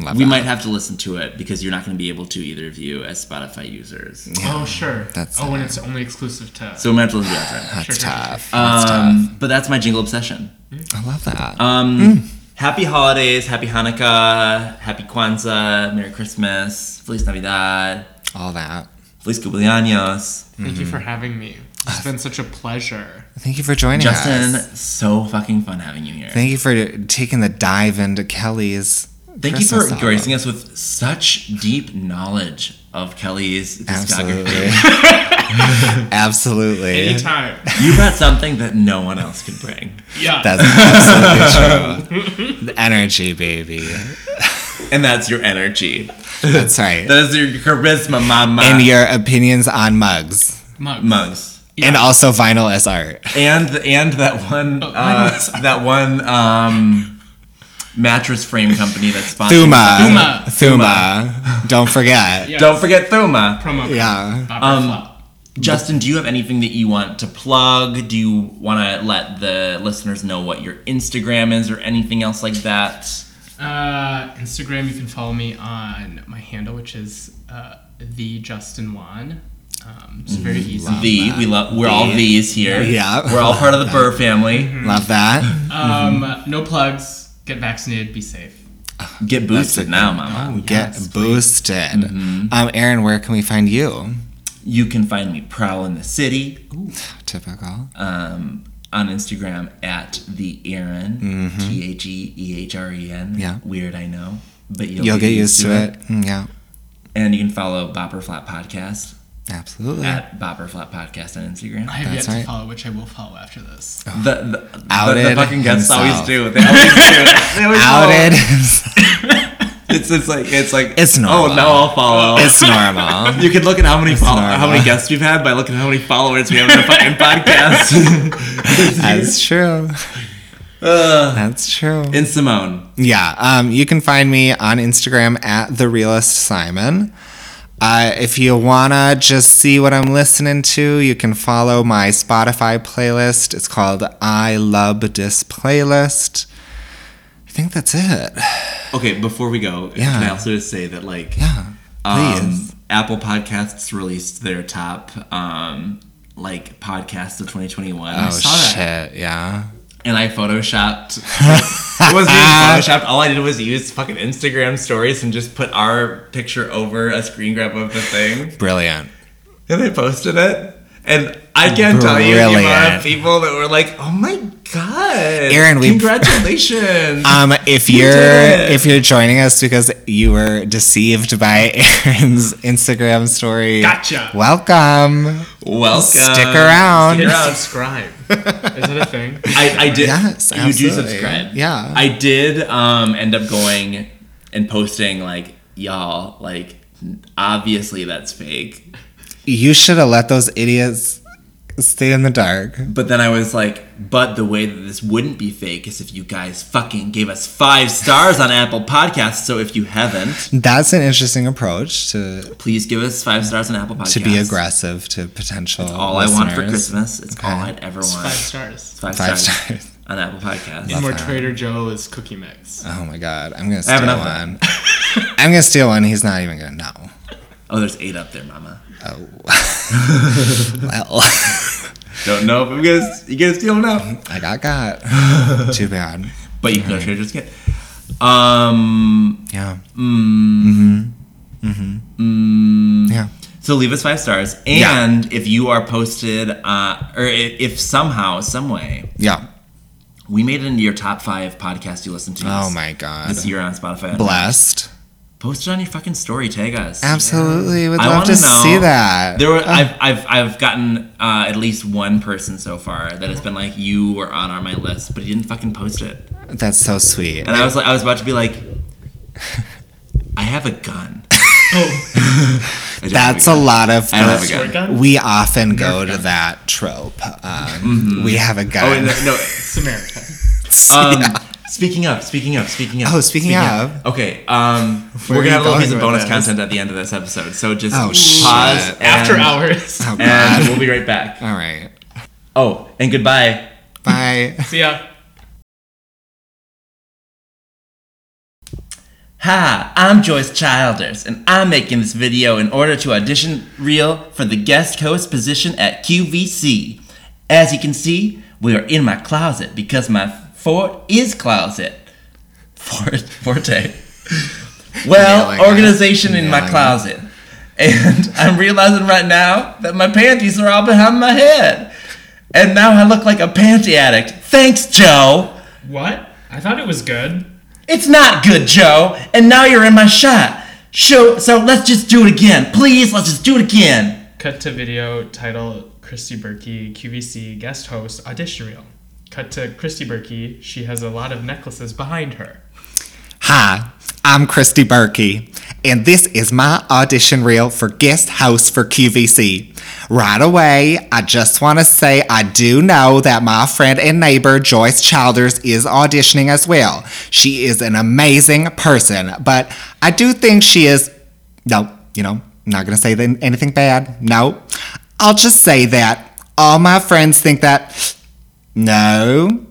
Speaker 2: Love
Speaker 1: We
Speaker 2: that.
Speaker 1: might have to listen to it because you're not going to be able to either of you as Spotify users.
Speaker 3: Oh sure.
Speaker 2: That's,
Speaker 3: oh, and it's only exclusive to.
Speaker 1: So we might have to listen to that.
Speaker 2: That's
Speaker 3: Sure, sure,
Speaker 2: tough. That's
Speaker 1: Um, but that's my jingle obsession.
Speaker 2: tough. I love that.
Speaker 1: Um, Happy holidays, happy Hanukkah, happy Kwanzaa, Merry Christmas, Feliz Navidad,
Speaker 2: All that.
Speaker 1: Feliz cumpleaños.
Speaker 3: Thank you for having me. It's been such a pleasure.
Speaker 2: Thank you for joining us.
Speaker 1: Justin, so fucking fun having you here.
Speaker 2: Thank you for taking the dive into Kelly's.
Speaker 1: Thank
Speaker 2: Christmas
Speaker 1: you for
Speaker 2: album.
Speaker 1: gracing us with such deep knowledge of Kelly's discography.
Speaker 2: Absolutely. <laughs> Absolutely.
Speaker 3: Anytime.
Speaker 1: <laughs> You brought something that no one else could bring.
Speaker 3: Yeah.
Speaker 2: That's absolutely
Speaker 1: <laughs>
Speaker 2: true. The energy, baby.
Speaker 1: And that's your energy.
Speaker 2: That's right.
Speaker 1: That is your charisma, mama.
Speaker 2: And your opinions on mugs.
Speaker 3: Mugs.
Speaker 1: mugs.
Speaker 2: And also vinyl as art.
Speaker 1: and and that one
Speaker 3: I
Speaker 1: uh,
Speaker 3: know, sorry.
Speaker 1: that one um, mattress frame company that sponsored.
Speaker 2: Ah, Thuma.
Speaker 3: Thuma.
Speaker 2: Thuma. Don't forget.
Speaker 3: Yes.
Speaker 1: Don't forget Thuma.
Speaker 3: promo.
Speaker 2: Yeah.
Speaker 3: code, Bopper
Speaker 1: Um,
Speaker 3: Flop.
Speaker 1: Justin, do you have anything that you want to plug? Do you want to let the listeners know what your Instagram is or anything else like that?
Speaker 3: Uh, Instagram. You can follow me on my handle, which is uh, the Justin Wan. Um, it's very easy.
Speaker 1: the we love we're all these here.
Speaker 2: Yeah.
Speaker 1: we're all part of the Burr
Speaker 2: <laughs>
Speaker 1: family.
Speaker 2: Love that.
Speaker 3: Um, no plugs. Get vaccinated. Be safe.
Speaker 1: Get boosted now, mama.
Speaker 2: Get boosted. Um, Aaron, where can we find you?
Speaker 1: You can find me prowling the city.
Speaker 2: Typical.
Speaker 1: um, on Instagram at the Aaron T H E E H R E N.
Speaker 2: Mm-hmm. Yeah.
Speaker 1: weird, I know, but you'll,
Speaker 2: You'll get used to it. Mm, Yeah.
Speaker 1: And you can follow Bopper Flat Podcast
Speaker 2: Absolutely.
Speaker 1: at Bopper Flat Podcast on Instagram.
Speaker 3: I have
Speaker 2: That's
Speaker 3: yet
Speaker 2: right.
Speaker 3: to follow, which I will follow after this.
Speaker 1: The, the, the, the
Speaker 2: Outed
Speaker 1: fucking guests
Speaker 2: himself.
Speaker 1: always do. They always do. <laughs> They
Speaker 2: <laughs>
Speaker 1: always
Speaker 2: Outed.
Speaker 1: Follow. It's it's like it's like
Speaker 2: It's normal.
Speaker 1: Oh, now I'll follow.
Speaker 2: <laughs> it's
Speaker 1: <laughs>
Speaker 2: normal.
Speaker 1: you can look at how many follow,
Speaker 2: normal.
Speaker 1: how many guests we've had by looking at how many followers we have in the
Speaker 2: <laughs>
Speaker 1: fucking podcast.
Speaker 2: That's true.
Speaker 1: uh,
Speaker 2: That's true.
Speaker 1: <laughs> and Simone,
Speaker 2: Yeah, um, you can find me on Instagram at the realist Simon. Uh, if you wanna just see what I'm listening to, you can follow my Spotify playlist. It's called I Love This Playlist. I think that's it.
Speaker 1: okay, before we go,
Speaker 2: Yeah.
Speaker 1: can I also just say that like
Speaker 2: Yeah, please.
Speaker 1: Um, Apple Podcasts released their top um, like podcasts of 2021.
Speaker 2: oh
Speaker 3: saw that.
Speaker 2: shit! Yeah,
Speaker 1: And I
Speaker 2: <laughs>
Speaker 1: photoshopped. it wasn't even photoshopped. All I did was use fucking Instagram stories and just put our picture over a screen grab of the thing.
Speaker 2: brilliant.
Speaker 1: And I posted it. And I can't tell you the amount
Speaker 2: Brilliant.
Speaker 1: of people that were like, "Oh my god,
Speaker 2: Aaron, we- <laughs>
Speaker 1: congratulations!"
Speaker 2: Um, if
Speaker 1: You
Speaker 2: you're
Speaker 1: did it.
Speaker 2: if you're joining us because you were deceived by <laughs> Aaron's Instagram story,
Speaker 3: Gotcha.
Speaker 2: Welcome.
Speaker 1: Welcome.
Speaker 2: Stick around.
Speaker 1: Stick
Speaker 3: Hit
Speaker 1: around.
Speaker 3: subscribe. Is that a thing?
Speaker 1: I, I did.
Speaker 2: Yes,
Speaker 1: you do
Speaker 2: absolutely.
Speaker 1: subscribe.
Speaker 2: Yeah.
Speaker 1: I did um, end up going and posting like y'all like obviously that's fake.
Speaker 2: You should have let those idiots stay in the dark.
Speaker 1: But then I was like, but the way that this wouldn't be fake is if you guys fucking gave us five stars on Apple Podcasts. So if you haven't,
Speaker 2: That's an interesting approach to
Speaker 1: please give us five stars on Apple Podcasts.
Speaker 2: to be aggressive to potential.
Speaker 1: All I want for
Speaker 2: listeners.
Speaker 1: Christmas. It's all I'd ever want.
Speaker 3: Five
Speaker 1: Five,
Speaker 3: stars.
Speaker 2: Five
Speaker 1: stars,
Speaker 2: stars.
Speaker 1: on Apple Podcasts.
Speaker 3: More
Speaker 2: that. Uh,
Speaker 3: Trader Joe's cookie mix.
Speaker 2: Oh my god, I'm gonna
Speaker 1: have <laughs>
Speaker 2: steal
Speaker 1: enough.
Speaker 2: one. I'm gonna steal one. He's not even
Speaker 1: <laughs>
Speaker 2: gonna know.
Speaker 1: Oh, there's eight up there, Mama.
Speaker 2: Well, <laughs>
Speaker 1: Don't know if I'm gonna you gonna steal enough,
Speaker 2: I got got.
Speaker 1: <laughs>
Speaker 2: Too bad.
Speaker 1: but you can go treasure skin. Um,
Speaker 2: Yeah. Mm. Mm-hmm.
Speaker 1: Mm.
Speaker 2: Mm-hmm. Yeah.
Speaker 1: so leave us five stars,
Speaker 2: Yeah.
Speaker 1: and if you are posted, uh, or if, if somehow, some way,
Speaker 2: Yeah.
Speaker 1: we made it into your top five podcasts you listen to.
Speaker 2: Oh
Speaker 1: this-
Speaker 2: my god.
Speaker 1: This year on Spotify.
Speaker 2: Blessed.
Speaker 1: Post it on your fucking story. Tag us.
Speaker 2: Absolutely. Would
Speaker 1: I
Speaker 2: love
Speaker 1: wanna
Speaker 2: to
Speaker 1: know-
Speaker 2: see that.
Speaker 1: There were, I've, I've, I've gotten uh, at least one person so far that has been like, you were on our my list, but he didn't fucking post it.
Speaker 2: That's so sweet.
Speaker 1: And I was like, I was about to be
Speaker 2: <laughs>
Speaker 1: like, I have a gun. <laughs>
Speaker 3: Oh,
Speaker 1: I don't have
Speaker 2: That's a
Speaker 1: gun.
Speaker 2: lot of.
Speaker 1: I don't have a
Speaker 3: squirt gun?
Speaker 2: We often go to that trope. Um, We have a
Speaker 1: Oh, and
Speaker 2: gun.
Speaker 1: <laughs> the- no.
Speaker 2: <laughs>
Speaker 3: Samaritan.
Speaker 1: Um, Speaking up, speaking up, speaking up.
Speaker 2: Oh, speaking of.
Speaker 1: Okay, um, we're,
Speaker 2: Where
Speaker 1: gonna
Speaker 2: are
Speaker 1: have a little
Speaker 2: you
Speaker 1: piece
Speaker 2: going
Speaker 1: of
Speaker 2: with
Speaker 1: bonus
Speaker 2: this?
Speaker 1: content at the end of this episode. So just
Speaker 2: Oh, shit.
Speaker 1: pause
Speaker 3: After
Speaker 1: and-
Speaker 3: hours.
Speaker 2: Oh, God.
Speaker 1: and we'll be right back.
Speaker 2: All right.
Speaker 1: Oh, and goodbye.
Speaker 2: Bye.
Speaker 3: See ya.
Speaker 1: Hi, I'm Joyce Childers, and I'm making this video in order to audition reel for the guest host position at QVC. As you can see, we are in my closet because my fort is closet. Fort, forte. Well,
Speaker 2: Nailing it.
Speaker 1: organization in my
Speaker 2: Nailing it.
Speaker 1: closet. And I'm realizing right now that my panties are all behind my head. And now I look like a panty addict. Thanks, Joe.
Speaker 3: What? I thought it was good.
Speaker 1: It's not good, Joe. And now you're in my shot. Show, so let's just do it again. Please, let's just do it again.
Speaker 3: Cut to video title Christy Berkey, QVC guest host audition reel. Cut to Christy Berkey, she has a lot of necklaces behind her.
Speaker 2: Hi, I'm Christy Berkey, and this is my audition reel for Guest Host for QVC. Right away, I just want to say I do know that my friend and neighbor Joyce Childers is auditioning as well. She is an amazing person, but I do think she is. No, you know, not going to say th- anything bad. No. I'll just say that all my friends think that. No.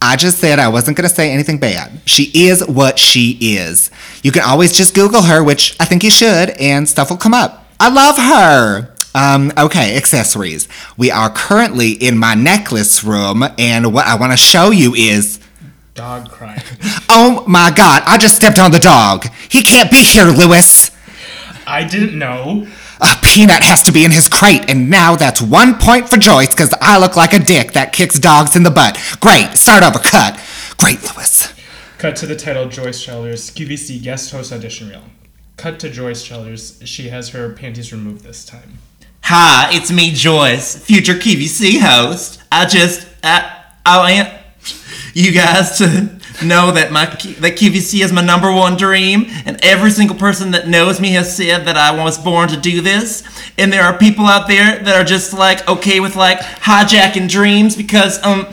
Speaker 2: I just said I wasn't going to say anything bad. She is what she is. You can always just Google her, which I think you should, and stuff will come up. I love her. Um, okay, accessories. We are currently in my necklace room, and what I want to show you is
Speaker 3: Dog crying.
Speaker 2: oh my god, I just stepped on the dog. He can't be here, Lewis.
Speaker 3: I didn't know.
Speaker 2: A peanut has to be in his crate, and now that's one point for Joyce because I look like a dick that kicks dogs in the butt. Great, start over, cut. Great, Lewis.
Speaker 3: Cut to the title Joyce Childers, QVC guest host audition reel. Cut to Joyce Childers, she has her panties removed this time.
Speaker 1: Hi, it's me, Joyce, future QVC host. I just, I, I want you guys to know that my Q- that QVC is my number one dream, and every single person that knows me has said that I was born to do this. And there are people out there that are just like okay with like hijacking dreams because um.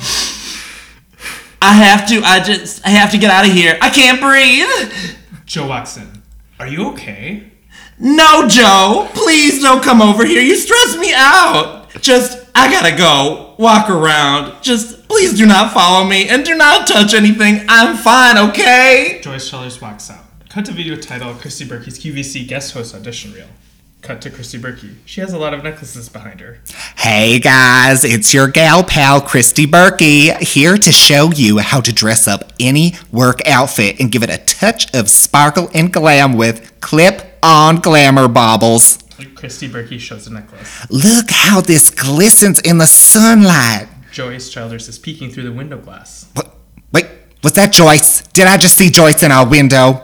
Speaker 1: I have to. I just. I have to get out of here. I can't breathe.
Speaker 3: Joe Watson, are you okay?
Speaker 1: No, Joe. Please don't come over here. You stress me out. Just. I gotta go. Walk around. Just. Please do not follow me and do not touch anything. I'm fine, okay?
Speaker 3: Joyce Childers walks out. Cut to video title Christy Berkey's QVC guest host audition reel. Cut to Christy Berkey, she has a lot of necklaces behind her.
Speaker 2: Hey guys, it's your gal pal Christy Berkey here to show you how to dress up any work outfit and give it a touch of sparkle and glam with clip on glamour baubles.
Speaker 3: Christy Berkey shows a necklace.
Speaker 2: Look how this glistens in the sunlight.
Speaker 3: Joyce Childers is peeking through the window glass.
Speaker 2: What? Wait, was that Joyce? Did I just see Joyce in our window?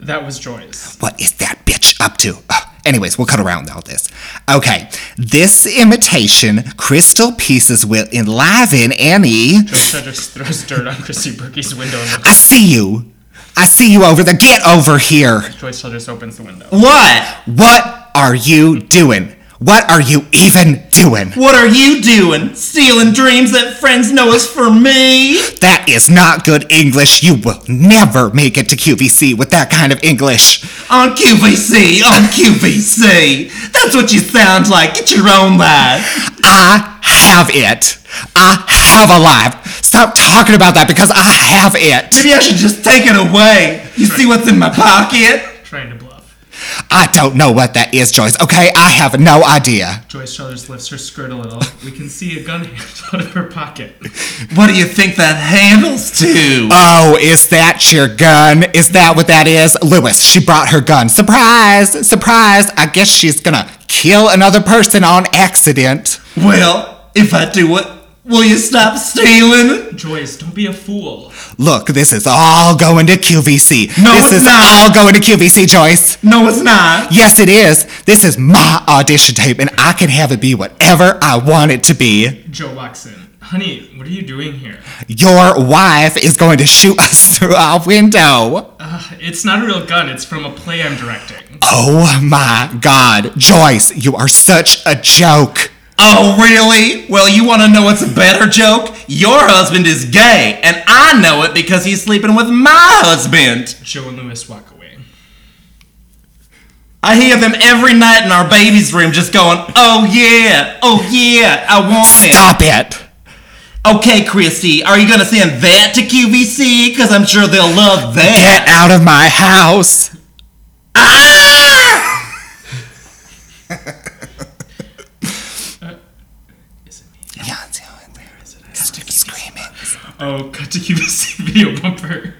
Speaker 3: That was Joyce.
Speaker 2: What is that bitch up to? Ugh. anyways, we'll cut around all this. Okay, this imitation crystal pieces will enliven any.
Speaker 3: Joyce Childers throws dirt on Christy Berkey's window and
Speaker 2: I see you. I see you over there. Get over here.
Speaker 3: Joyce Childers opens the window.
Speaker 1: What?
Speaker 2: What are you doing? What are you even doing?
Speaker 1: What are you doing? Stealing dreams that friends know is for me?
Speaker 2: That is not good English. You will never make it to QVC with that kind of English.
Speaker 1: On QVC, on QVC. That's what you sound like. Get your own life.
Speaker 2: I have it. I have a life. Stop talking about that because I have it.
Speaker 1: Maybe I should just take it away. You see what's in my pocket?
Speaker 3: trying to bluff.
Speaker 2: I don't know what that is, Joyce. Okay, I have no idea.
Speaker 3: Joyce Struthers lifts her skirt a little. We can see a gun <laughs> hand out of her pocket.
Speaker 1: What do you think that handles to?
Speaker 2: Oh, is that your gun? Is that what that is? Lewis, she brought her gun. Surprise! Surprise! I guess she's gonna kill another person on accident.
Speaker 1: well, if I do what, will you stop stealing?
Speaker 3: Joyce, don't be a fool.
Speaker 2: Look, this is all going to QVC.
Speaker 1: No,
Speaker 2: this
Speaker 1: it's
Speaker 2: is
Speaker 1: not.
Speaker 2: all going to QVC, Joyce.
Speaker 1: No, it's not.
Speaker 2: Yes, it is. This is my audition tape, and I can have it be whatever I want it to be.
Speaker 3: Joe walks in. Honey, what are you doing here?
Speaker 2: Your wife is going to shoot us <laughs> through our window.
Speaker 3: It's not a real gun. It's from a play I'm directing.
Speaker 2: Oh my god. Joyce, you are such a joke.
Speaker 1: Oh, really? Well, you want to know what's a better joke? Your husband is gay, and I know it because he's sleeping with my husband.
Speaker 3: Joe and Lewis walk away.
Speaker 1: I hear them every night in our baby's room just going, oh yeah, oh yeah, I want it.
Speaker 2: Stop it.
Speaker 1: Okay, Christy, are you going to send that to QVC? Because I'm sure they'll love that.
Speaker 2: Get out of my house.
Speaker 1: Ah!
Speaker 3: Is it me?
Speaker 2: Yeah, it's Stop screaming.
Speaker 3: Oh, cut to QVC video bumper.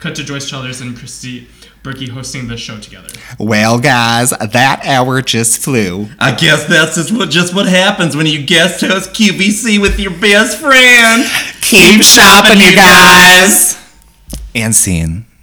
Speaker 3: Cut to Joyce Childers and Christy Berkey hosting the show together.
Speaker 2: Well, guys, that hour just flew.
Speaker 1: I guess that's just what, just what happens when you guest host QVC with your best friend.
Speaker 2: Keep shopping, you guys. And scene.